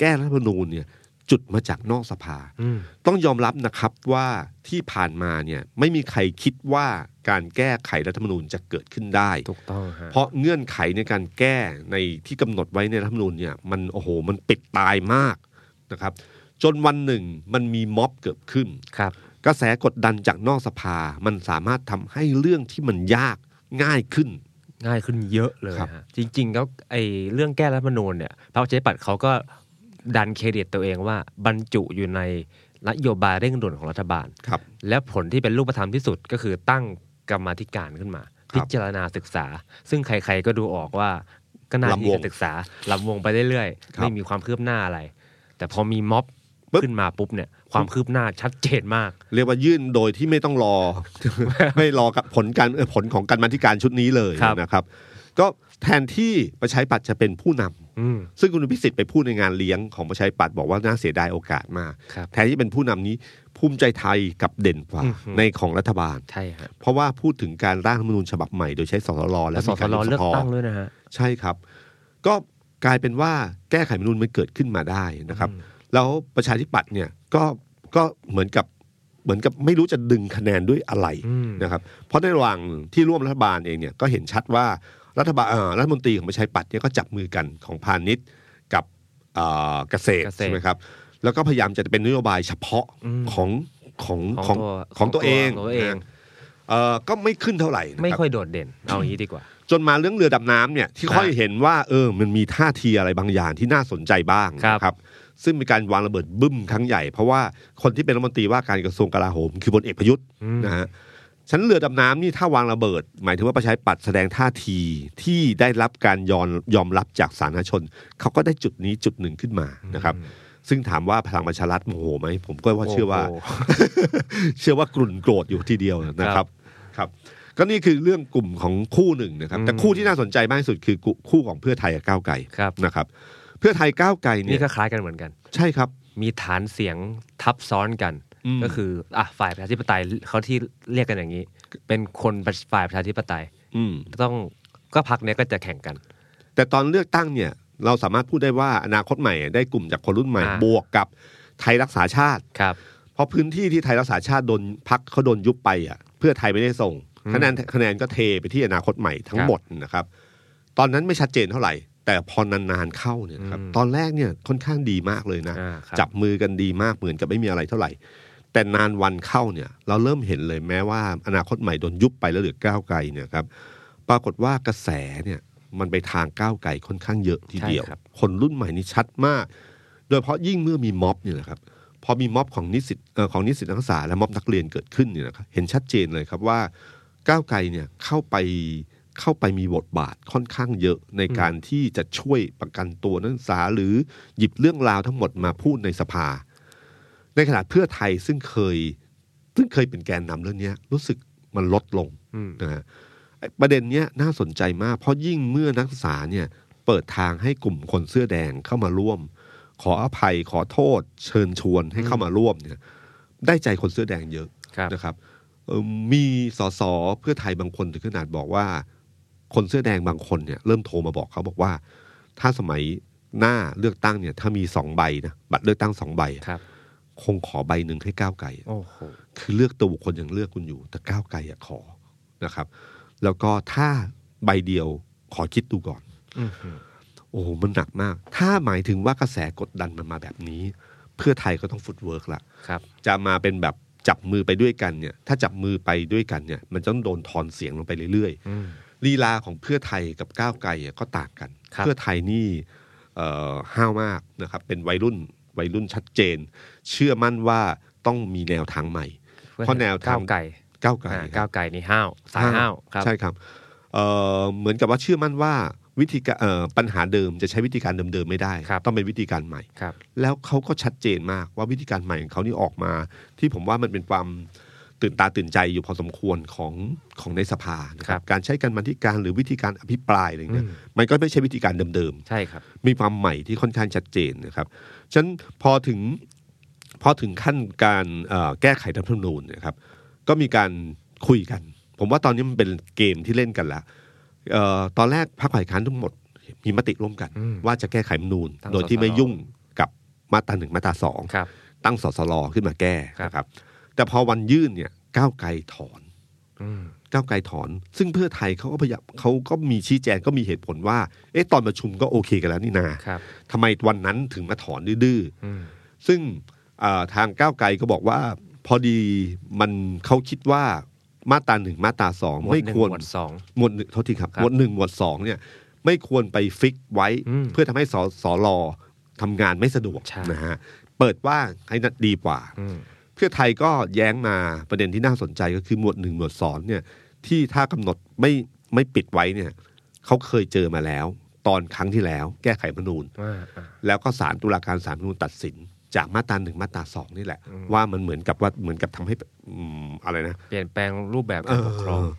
B: แก้รัฐธรรมนูญเนี่ยจุดมาจากนอกสภา
C: อืม
B: ต้องยอมรับนะครับว่าที่ผ่านมาเนี่ยไม่มีใครคิดว่าการแก้ไขรัฐธรรมนูญจะเกิดขึ้นได้
C: ถูกต้องฮะ
B: เพราะเงื่อนไขในการแก้ในที่กำหนดไว้ในรัฐธรรมนูญเนี่ยมันโอ้โหมันปิดตายมากนะครับ จนวันหนึ่งมันมีม็อบเกิดขึ้น
C: ครับ
B: กระแสกดดันจากนอกสภา มันสามารถทำให้เรื่องที่มันยากง่ายขึ้น
C: ง่ายขึ้นเยอะเลย
B: ครับ
C: ฮะจริงๆแล้วไอ้เรื่องแก้รัฐธรรมนูญเนี่ยพรรคประชาธิปัตย์เขาก็ดันเครดิตตัวเองว่าบรรจุอยู่ในนโยบายเร่งด่วนของรัฐบาล
B: ครับ
C: และผลที่เป็นรูปธรรมที่สุดก็คือตั้งกรรมาธิการขึ้นมา
B: ครับ
C: พิจารณาศึกษา ซึ่งใครๆก็ดูออกว่าก็น่า
B: ลำว
C: ที่
B: ง
C: จะศึกษาลำวงไปเรื่อย
B: ครับ
C: ๆไม่มีความคืบหน้าอะไร แต่พอมีม็อบ
B: ปึ๊บ
C: ขึ้นมาปุ๊บเนี่ย ความคืบหน้าชัดเจนมาก
B: เรียกว่ายื่นโดยที่ไม่ต้องรอ ไม่รอกับผลการเอ่อผลของการบรรธิการชุดนี้เลย
C: ครับ
B: นะครับ ก็แทนที่ประชาธิปัตย์จะเป็นผู้นำ
C: อืม
B: ซึ่งคุณพิสิทธิ์ไปพูดในงานเลี้ยงของประชาธิปัตย์บอกว่าน่าเสียดายโอกาสมาก
C: ครับ
B: แทนที่เป็นผู้นำนี้ภูมิใจไทยกลับเด่นกว่า
C: อือหือ
B: ในของรัฐบาล
C: ใช่ครับ
B: เพราะว่าพูดถึงการร่างรัฐธรรมนูญฉบับใหม่โดยใช้สสรและ
C: และส
B: มี
C: ส
B: การ
C: ร
B: ยุบส
C: เลือ
B: ภ
C: กตั้งด้วยนะฮะ
B: ใช่ครับ ก็กลายเป็นว่าแก้ไขรัฐธรรมนูญมันเกิดขึ้นมาได้นะครับ แล้วประชาธิปัตย์เนี่ยก็ก็เหมือนกับเหมือนกับไม่รู้จะดึงคะแนนด้วยอะไร
C: อืม
B: นะครับ เพราะในระหว่างที่ร่วมรัฐบาลเองเนี่ยก็เห็นชัดว่ารัฐบาลเอ่อรัฐมนตรีของประชาธิปัตย์เนี่ยก็จับมือกันของพาณิชย์กับเอ่อเกษตรใช่ไหมครับ แล้วก็พยายามจะเป็นนโยบายเฉพาะของของของของตัวเอง
C: ของตัวเอง
B: นะเอ่อก็ไม่ขึ้นเท่าไหร่นะ
C: ไม่
B: รับ
C: ค่อยโดดเด่น เอาอย่างนี้ดีกว่า
B: จนมาเรื่องเรือดำน้ำเนี่ยที่ค่อยเห็นว่าเออมันมีท่าทีอะไรบางอย่างที่น่าสนใจบ้าง
C: ครับ
B: นะครับ ซึ่งมีการวางระเบิดบึ้มครั้งใหญ่ เพราะว่าคนที่เป็นรัฐมนตรีว่าการกระทรวงกลาโหมคือพลเอกประยุทธ์นะฮะฉันเรือดำน้ำนี่ถ้าวางระเบิด หมายถึงว่าประชาธิปัตย์แสดงท่าทีที่ได้รับการยอมยอมรับจากสาธารณชน เขาก็ได้จุดนี้จุดหนึ่งขึ้นมานะครับ ซึ่งถามว่าพลังประชารัฐโมโหไหมผมก็ว่าเชื่อว่า
C: โโห
B: *laughs* เชื่อว่ากลุ่นโกรธอยู่ทีเดียวนะครับครับ ก็นี่คือเรื่องกลุ่มของคู่หนึ่งนะครับ
C: อืม
B: แต่คู่ที่น่าสนใจมากที่สุดคือคู่ของเพื่อไทยกับก้าวไกล
C: ครับ
B: นะครับ เพื่อไทยก้าวไกลเนี่
C: นี่
B: ย
C: ก็คล้ายกันเหมือนกัน
B: ใช่ครับ
C: มีฐานเสียงทับซ้อนกัน
B: อืม
C: ก็คืออ่ะฝ่ายประชาธิปไตยเขาที่เรียกกันอย่างนี้ เป็นคนฝ่ายประชาธิปไตย
B: อืม
C: ต้องก็พักเนี้ยก็จะแข่งกัน
B: แต่ตอนเลือกตั้งเนี่ย เราสามารถพูดได้ว่าอนาคตใหม่ได้กลุ่มจากคนรุ่นใหม่
C: อ่า
B: บวกกับไทยรักษาชาติ
C: ครับ
B: เพราะพื้นที่ที่ไทยรักษาชาติโดนพักเขาโดนยุบไปอ่ะ เพื่อไทยไม่ได้ส่งคะแนนคะแนนก็เทไปที่อนาคตใหม่ทั้ง
C: ครับ
B: หมดนะครับ ตอนนั้นไม่ชัดเจนเท่าไหร่ แต่พอนานๆเข้าเนี่ยนะครับ
C: อืม
B: ตอนแรกเนี่ยค่อนข้างดีมากเลยนะ
C: อ่าครับ
B: จับมือกันดีมากเหมือนกับไม่มีอะไรเท่าไหร่ แต่นานวันเข้าเนี่ย เราเริ่มเห็นเลยแม้ว่าอนาคตใหม่โดนยุบไปแล้วเหลือก้าวไกลเนี่ยครับ ปรากฏว่ากระแสเนี่ย มันไปทางก้าวไกลค่อนข้างเยอะทีเดียว
C: ใช่ครับ
B: คนรุ่นใหม่นี่ชัดมาก โดยเฉพาะยิ่งเมื่อมีม็อบเนี่ยนะครับ พอมีม็อบของนิสิตเอ่อของนิสิตนักศึกษาและม็อบนักเรียนเกิดขึ้นเนี่ยนะครับเห็นชัดเจนเลยครับว่าก้าวไกลเนี่ยเข้าไปเข้าไปมีบทบาทค่อนข้างเยอะในการที่จะช่วยประกันตัวนักศึกษาหรือหยิบเรื่องราวทั้งหมดมาพูดในสภา ในขณะเพื่อไทยซึ่งเคย ซึ่งเคยเป็นแกนนำเรื่องเนี้ย รู้สึกมันลดลง
C: อืม
B: นะฮะไอ้ประเด็นเนี้ยน่าสนใจมาก เพราะยิ่งเมื่อนักศึกษาเนี่ย เปิดทางให้กลุ่มคนเสื้อแดงเข้ามาร่วม ขออภัยขอโทษ เชิญชวนให้เข้ามาร่วมเนี่ย ได้ใจคนเสื้อแดงเยอะ
C: ครับ
B: นะครับเอ่อมีสสเพื่อไทยบางคนถึงขนาดบอกว่า คนเสื้อแดงบางคนเนี่ย เริ่มโทรมาบอกเขาบอกว่า ถ้าสมัยหน้าเลือกตั้งเนี่ย ถ้ามีสองใบนะบัตรเลือกตั้งสองใบอะ
C: ครับ
B: คงขอใบหนึ่งให้ก้าวไกล
C: โอ้โห
B: คือเลือกตัวบุคคลยังเลือกคุณอยู่ แต่ก้าวไกลอะขอนะครับ แล้วก็ถ้าใบเดียวขอคิดดูก่อน
C: อื้อหือ
B: โอ้โหมันหนักมาก ถ้าหมายถึงว่ากระแสกดดันมันมาแบบนี้ เพื่อไทยก็ต้องฟุตเวิร์กละ
C: ครับ
B: จะมาเป็นแบบจับมือไปด้วยกันเนี่ย ถ้าจับมือไปด้วยกันเนี่ย มันจะต้องโดนทอนเสียงลงไปเรื่อย
C: อืม
B: ๆลีลาของเพื่อไทยกับก้าวไกลอะก็ต่างกัน
C: ครับ
B: เพื่อไทยนี่เอ่อห้าวมากนะครับ เป็นวัยรุ่นวัยรุ่นชัดเจน เชื่อมั่นว่าต้องมีแนวทางใหม่ เพราะแนวทาง
C: ก้าวไก่
B: ก้าวไกล
C: อ่า
B: ครับ
C: ก้าวไก่นี่ห้าวสายห้าวครับ
B: ใช่ครับเอ่อเหมือนกับว่าเชื่อมั่นว่าวิธีการเอ่อปัญหาเดิมจะใช้วิธีการเดิมๆไม่ได้
C: ครับ
B: ต้องเป็นวิธีการใหม่
C: ครับ
B: แล้วเขาก็ชัดเจนมากว่าวิธีการใหม่ของเขานี่ออกมา ที่ผมว่ามันเป็นความตื่นตาตื่นใจอยู่พอสมควรของของในสภานะค
C: ครั
B: รับบ การใช้การบรรธิการหรือวิธีการอภิปรายอะไรเนี่ย
C: อืม
B: มันก็ไม่ใช่วิธีการเดิมๆ
C: ใช่ครับ
B: มีความใหม่ที่ค่อนข้างชัดเจนนะครับ ฉะนั้นพอถึงพอถึงขั้นการเอ่อแก้ไขรัฐธรรมนูญนะครับ ก็มีการคุยกัน ผมว่าตอนนี้มันเป็นเกมที่เล่นกันละเอ่อตอนแรกพรรคฝ่ายค้านทั้งหมด มีมติร่วมกัน
C: อืม
B: ว่าจะแก้ไขรัฐธรรมนูญ
C: ตั้ง
B: โดยที่
C: สสร
B: ไม่ยุ่งกับมาตราหนึ่งมาตราสอง
C: ครับ
B: ตั้งสสรขึ้นมาแก้
C: ครับ
B: นะครับ แต่พอวันยื่นเนี่ยก้าวไกลถอน
C: อืม
B: ก้าวไกลถอน ซึ่งเพื่อไทยเขาก็พยายามเขาก็มีชี้แจงก็มีเหตุผลว่าเอ๊ะตอนประชุมก็โอเคกันแล้วนี่นา
C: ครับ
B: ทำไมวันนั้นถึงมาถอนดื้อ
C: อืม
B: ๆ ซึ่งอ่าทางก้าวไกลก็บอกว่า พอดีมันเขาคิดว่ามาตราหนึ่งมาตราสอง
C: หมวด
B: ไม่
C: หนึ่ง
B: ควร
C: หมวดสอง
B: หมวดหนึ่งโทษทีครับ
C: ครับ
B: หมวดหนึ่งหมวดสองเนี่ย ไม่ควรไปฟิกไว้
C: อืม
B: เพื่อทำให้สสรทำงานไม่สะดวก
C: ใช่
B: นะฮะเปิดว่างให้นัดดีกว่า
C: อืม
B: เพื่อไทยก็แย้งมาประเด็นที่น่าสนใจก็คือหมวดหนึ่งหมวดสองเนี่ยที่ถ้ากำหนดไม่ไม่ปิดไว้เนี่ยเขาเคยเจอมาแล้ว ตอนครั้งที่แล้ว แก้ไขรัฐธรรมนูญ
C: อ่าอ่า
B: แล้วก็ศาลตุลาการศาลรัฐธรรมนูญตัดสิน จากมาตราหนึ่งมาตราสองนี่แหละ
C: อืม
B: ว่ามันเหมือนกับว่าเหมือนกับทำให้อืมอะไรนะ
C: เปลี่ยนแปลงรูปแบบการปกครอง
B: เออ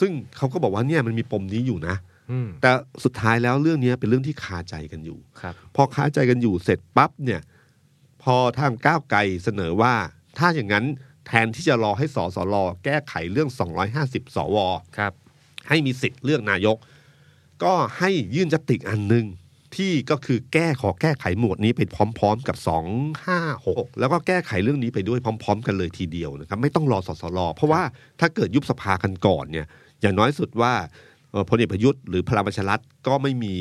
B: ซึ่งเขาก็บอกว่าเนี่ยมันมีปมนี้อยู่นะ
C: ม
B: แต่สุดท้ายแล้วเรื่องเนี้ยเป็นเรื่องที่คาใจกันอยู่
C: ครับ
B: พอค้าใจกันอยู่เสร็จปั๊บเนี่ย พอทางก้าวไกลเสนอว่า ถ้าอย่างนั้นแทนที่จะรอให้สสรแก้ไขเรื่อง 250 สว
C: ครับ
B: ให้มีสิทธิ์เลือกนายก ก็ให้ยื่นยติอันหนึ่งที่ก็คือแก้ขอแก้ไขหมวดนี้ไปพร้อม ๆ กับ 256 แล้วก็แก้ไขเรื่องนี้ไปด้วยพร้อม ๆ กันเลยทีเดียวนะครับไม่ต้องรอสสรเพราะว่าถ้าเกิดยุบสภากันก่อนเนี่ยอย่างน้อยสุดว่าเอ่อพลเอกประยุทธ์หรือพลังประชารัฐก็ไม่มี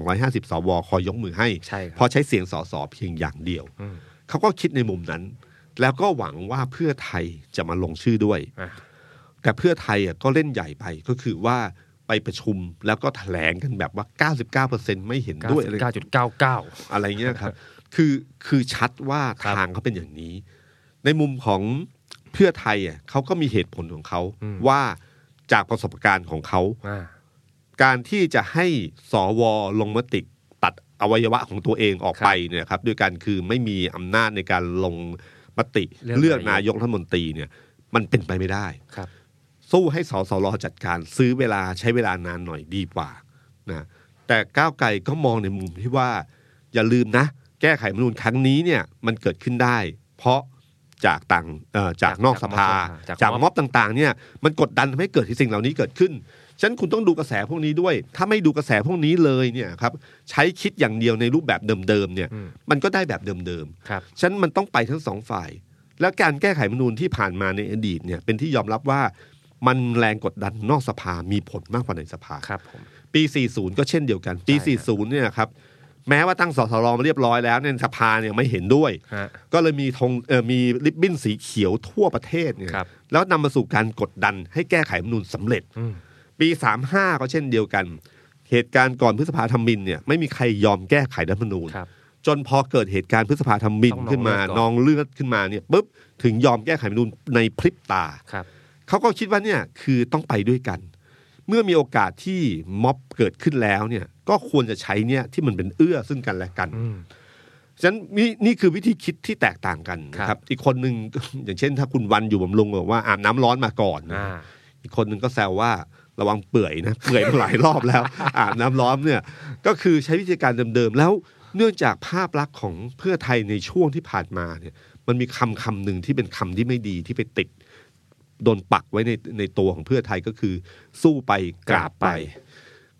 B: 250 สวคอยยกมือให้
C: ใช่ครับ
B: เพราะใช้เสียงสสเพียงอย่างเดียว
C: อืม
B: เขาก็คิดในมุมนั้น แล้วก็หวังว่าเพื่อไทยจะมาลงชื่อด้วย
C: อ่ะ
B: แต่เพื่อไทยอ่ะก็เล่นใหญ่ไปก็คือว่าไปประชุมแล้วก็แถลงกันแบบว่า 99%ไม่เห็นด้วยอะไร
C: เก้าจุดเก้าเก้า
B: อะไรเงี้ยครับ คือคือชัดว่า
C: ครับ
B: ทางเขาเป็นอย่างนี้ ในมุมของเพื่อไทยอ่ะเขาก็มีเหตุผลของเขาว่าจากประสบการณ์ของเขา
C: อ่า
B: การที่จะให้สวลงมติตัดอวัยวะของตัวเองออกไปเนี่ยครับด้วยการคือไม่มีอำนาจในการลงมติ
C: เลื
B: เลือ
C: อก
B: นาน
C: กาย ย
B: ก
C: ก
B: รัฐมนตรีเนี่ย มันเป็นไปไม่ได้
C: ครับ
B: สู้ให้สสรจัดการซื้อเวลาใช้เวลานานหน่อยดีกว่านะแต่ก้าวไกลก็มองในมุมที่ว่า อย่าลืมนะ แก้ไขรัฐธรรมนูญครั้งนี้เนี่ยมันเกิดขึ้นได้ เพราะจากต่างเอ่อจากนอกสภา
C: จากม็อบ
B: จากม็อบต่างๆเนี่ยมันกดดันทำให้เกิดสิ่งเหล่านี้เกิดขึ้นฉะนันคุณต้องดูกระแสพวกนี้ด้วย ถ้าไม่ดูกระแสพวกนี้เลยเนี่ยครับใช้คิดอย่างเดียวในรูปแบบเดิมๆเนี่ย
C: อืม
B: มันก็ได้แบบเดิมๆ
C: ครับ
B: ฉะนันมันต้องไปทั้งสองฝ่าย และการแก้ไขรัฐธรรมนูญที่ผ่านมาในอดีตเนี่ยเป็นที่ยอมรับว่ามันแรงกดดันนอกสภามีผลมากกว่าในสภา
C: ครับผม
B: ปี 40 ก็เช่นเดียวกัน ปี
C: ใช่ครับ
B: 40 เนี่ยครับแม้ว่าตั้งสสรมาเรียบร้อยแล้วเนี่ยสภาเนี่ยไม่เห็นด้วย
C: ฮะ
B: ก็เลยมีธงเอ่อมีริบบิ้นสีเขียวทั่วประเทศเนี่ย
C: ครับ
B: แล้วนำมาสู่การกดดันให้แก้ไขรัฐธรรมนูญสำเร็จ
C: อืม
B: ปี 35 ก็เช่นเดียวกัน เหตุการณ์ก่อนพฤษภาธมินเนี่ยไม่มีใครยอมแก้ไขรัฐธรรมนูญ
C: ครับ
B: จนพอเกิดเหตุการณ์พฤษภาธมิน
C: ต้องนอง
B: ขึ้นมา
C: เลือดก่อน
B: นองเลือดขึ้นมาเนี่ยปุ๊บถึงยอมแก้ไขรัฐธรรมนูญในพริบตา
C: ครับ
B: เขาก็คิดว่าเนี่ยคือต้องไปด้วยกัน เมื่อมีโอกาสที่ม็อบเกิดขึ้นแล้วเนี่ยก็ควรจะใช้เนี่ยที่มันเป็นเอื้อซึ่งกันและกัน
C: อืม
B: ฉะนั้นนี่นี่คือวิธีคิดที่แตกต่างกันนะค
C: ครั
B: รับบ อีกคนหนึ่ง *laughs* อย่างเช่น ถ้าคุณวันอยู่บำรุงบอกว่าอาบน้ำร้อนมาก่อนนะ
C: อ่า
B: อีกคนหนึ่งก็แซวว่าระวังเปื่อยนะเปื่อย *laughs* มาหลายรอบแล้ว *laughs* อาบน้ำร้อนเนี่ยก็คือใช้วิธีการเดิมๆแล้วเนื่องจากภาพลักษณ์ของเพื่อไทยในช่วงที่ผ่านมาเนี่ยมันมีคำคำหนึ่งที่เป็นคำที่ไม่ดีที่ไปติด โดนปักไว้ในในตัวของเพื่อไทยก็คือสู้ไปกราบไป
C: กราบไ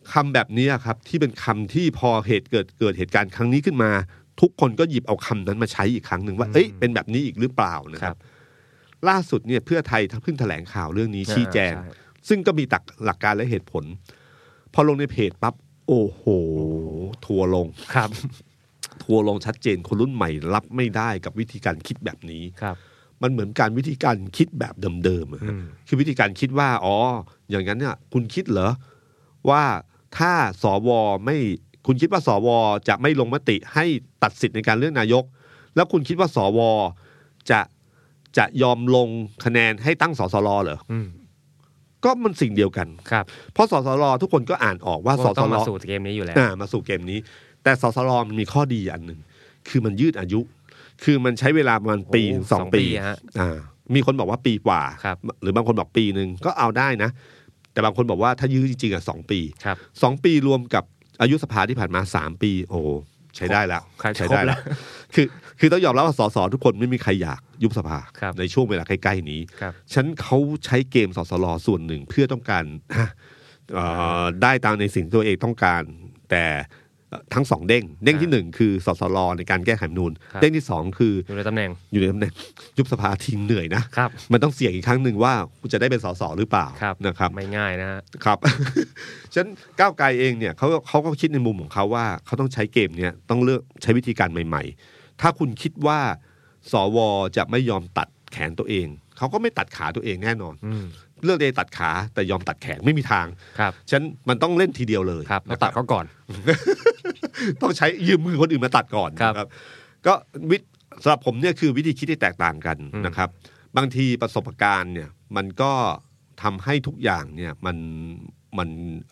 C: ป
B: คำแบบนี้ครับที่เป็นคำที่พอเหตุเกิดเกิดเหตุการณ์ครั้งนี้ขึ้นมา ทุกคนก็หยิบเอาคำนั้นมาใช้อีกครั้งหนึ่งว่าเอ้ยเป็นแบบนี้อีกหรือเปล่านะ
C: ค
B: ค
C: รั
B: รับ บ ล่าสุดเนี่ยเพื่อไทยเพิ่งแถลงข่าวเรื่องนี้ชี้แจง
C: ใช่
B: ซึ่งก็มีตักหลักการและเหตุผล พอลงในเพจปั๊บโอ้โห ทัวร์ลง
C: ครับ
B: ทัวร์ลงชัดเจนคนรุ่นใหม่รับไม่ได้กับวิธีการคิดแบบนี้
C: ครับ
B: มันเหมือนการวิธีการคิดแบบเดิมๆอะฮะ
C: อืม
B: คือวิธีการคิดว่า อ๋อ อย่างนั้นเนี่ย คุณคิดเหรอ ว่าถ้าสวไม่ คุณคิดว่าสวจะไม่ลงมติให้ตัดสิทธิ์ในการเลือกนายก แล้วคุณคิดว่าสวจะจะยอมลงคะแนนให้ตั้งสสรเหรอ
C: อืม
B: ก็มันสิ่งเดียวกัน
C: ครับ
B: เพราะสสรทุกคนก็อ่านออกว่าส
C: ก็
B: ส
C: ต้อง
B: ร
C: มาสู่เกมนี้อยู่แล้ว
B: อ่ามาสู่เกมนี้ แต่สสรมันมีข้อดีอันหนึ่ง คือมันยืดอายุ คือมันใช้เวลาประมาณปี
C: โอ้โห
B: ถึงสอง
C: สองปี
B: ปี
C: ฮะ
B: อ่ามีคนบอกว่าปีกว่า
C: ครับ
B: หรือบางคนบอกปีหนึ่งก็เอาได้นะ แต่บางคนบอกว่าถ้ายื้อจริงๆอ่ะสองปี
C: ครับ
B: สองปีรวมกับอายุสภาที่ผ่านมาสามปี โอ้โหใช้ได้แล้ว
C: ครับ
B: ใช้ได้
C: ครบแล้ *laughs*
B: แล้ว
C: ว
B: คือคือต้องยอมรับว่าสสทุกคนไม่มีใครอยากยุบสภา
C: ครับ
B: ในช่วงเวลาใกล้ๆนี้
C: ครับ
B: ฉันเขาใช้เกมสสลส่วนหนึ่งเพื่อต้องการฮะเอ่อได้ตามในสิ่งที่ตัวเองต้องการ แต่เอ่อทั้งสองเด้ง เด้งที่หนึ่งคือสสลในการแก้ไขรัฐธรรมนูน
C: ครับ
B: เด้งที่สองคือ
C: อยู่ในตำแหน่ง
B: อยู่ในตำแหน่ง *laughs* ยุบสภาทิ้งเหนื่อยนะ
C: ครับ
B: มันต้องเสี่ยงอีกครั้งหนึ่งว่าคุณจะได้เป็นสสหรือเปล่า
C: ครับ
B: นะครับ
C: ไม่ง่ายนะฮะ
B: ครับ *laughs* ฉะนันก้าวไกลเองเนี่ยเขาเขาก็คิดในมุมของเขาว่าเขาต้องใช้เกมเนี่ยต้องเลือกใช้วิธีการใหม่ ๆ ถ้าคุณคิดว่าสวจะไม่ยอมตัดแขนตัวเอง เขาก็ไม่ตัดขาตัวเองแน่นอน
C: อืม
B: เลือกเดตัดขาแต่ยอมตัดแขนไม่มีทาง
C: ครับ
B: ฉะนันมันต้องเล่นทีเดียวเลย
C: ครับเรา
B: นะ
C: ตัดเขาก่อน
B: ต้องใช้ยืมมือคนอื่นมาตัดก่อน
C: ครับ
B: นะครับ ก็วิธสำหรับผมเนี่ยคือวิธีคิดที่แตกต่างกัน
C: อืม
B: นะครับ บางทีประสบการณ์เนี่ยมันก็ทำให้ทุกอย่างเนี่ยมันมัน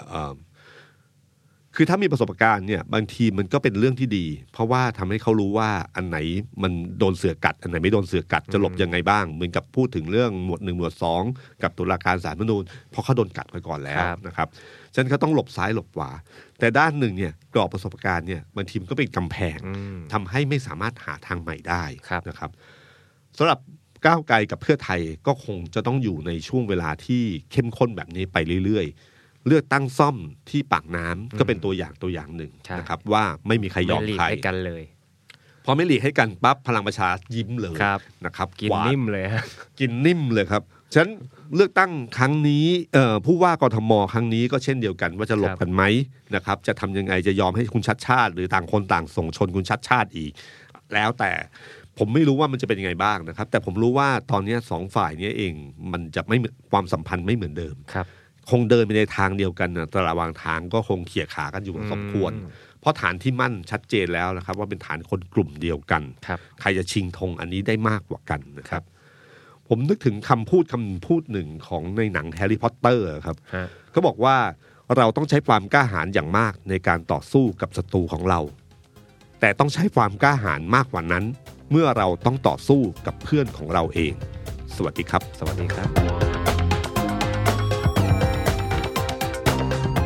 B: เอ่อ คือถ้ามีประสบการณ์เนี่ยบางทีมันก็เป็นเรื่องที่ดี เพราะว่าทำให้เขารู้ว่าอันไหนมันโดนเสือกัด อันไหนไม่โดนเสือกัดจะหลบยังไงบ้าง เหมือนกับพูดถึงเรื่องหมวดหนึ่งหมวดสองกับตุลาการสาลรฐธรรมนูญเพราะเขาโดนกัดไปก่อนแล้ว
C: ครับ
B: นะครับฉะนั้นเขาต้องหลบซ้ายหลบขวาแต่ด้านหนึ่งเนี่ยกรอบประสบการณ์เนี่ยบางทีมันก็เป็นกำแพง
C: อืม
B: ทำให้ไม่สามารถหาทางใหม่ได้
C: ครับ
B: นะครับสำหรับก้าวไกลกับเพื่อไทยก็คงจะต้องอยู่ในช่วงเวลาที่เข้มข้นแบบนี้ไปเรื่อยๆ เลือกตั้งซ่อมที่ปากน้ำก็เป็นตัวอย่างตัวอย่างหนึ่งนะครับว่าไม่มีใครยอม
C: ไหลีก
B: ใคร
C: ให้กันเลย
B: พอไม่หลีกให้กันปั๊บพลังประชารัฐยิ้มเลย
C: ครับ
B: นะครับ
C: กิน
B: หวา
C: นิ่มเลยฮะ
B: กินนิ่มเลยครับ ฉะนันเลือกตั้งครั้งนี้เอ่อผู้ว่ากทมครั้งนี้ก็เช่นเดียวกันว่าจะหลบกันไหมนะครับ จะทำยังไงจะยอมให้คุณชัดชาติ หรือต่างคนต่างส่งชนคุณชัดชาติอีก แล้วแต่ผมไม่รู้ว่ามันจะเป็นยังไงบ้างนะครับ แต่ผมรู้ว่าตอนเนี้ยสองฝ่ายเนี้ยเองมันจะไม่เหมือนความสัมพันธ์ไม่เหมือนเดิม
C: ครับ
B: คงเดินไปในทางเดียวกันนะแต่ระหว่างทางก็คงเขี่ยขากันอยู่พอสมควร
C: อืม
B: เพราะฐานที่มั่นชัดเจนแล้วนะครับ ว่าเป็นฐานคนกลุ่มเดียวกัน
C: ครับ
B: ใครจะชิงธงอันนี้ได้มากกว่ากันนะครับ ผมนึกถึงคำพูดคำพูดหนึ่งของในหนังแฮร์รี่พอตเตอร์ครับ
C: ฮะ
B: ก็บอกว่าเราต้องใช้ความกล้าหาญอย่างมากในการต่อสู้กับศัตรูของเรา แต่ต้องใช้ความกล้าหาญมากกว่านั้น เมื่อเราต้องต่อสู้กับเพื่อนของเราเอง สวัสดีครับ
C: สวัสดีครับ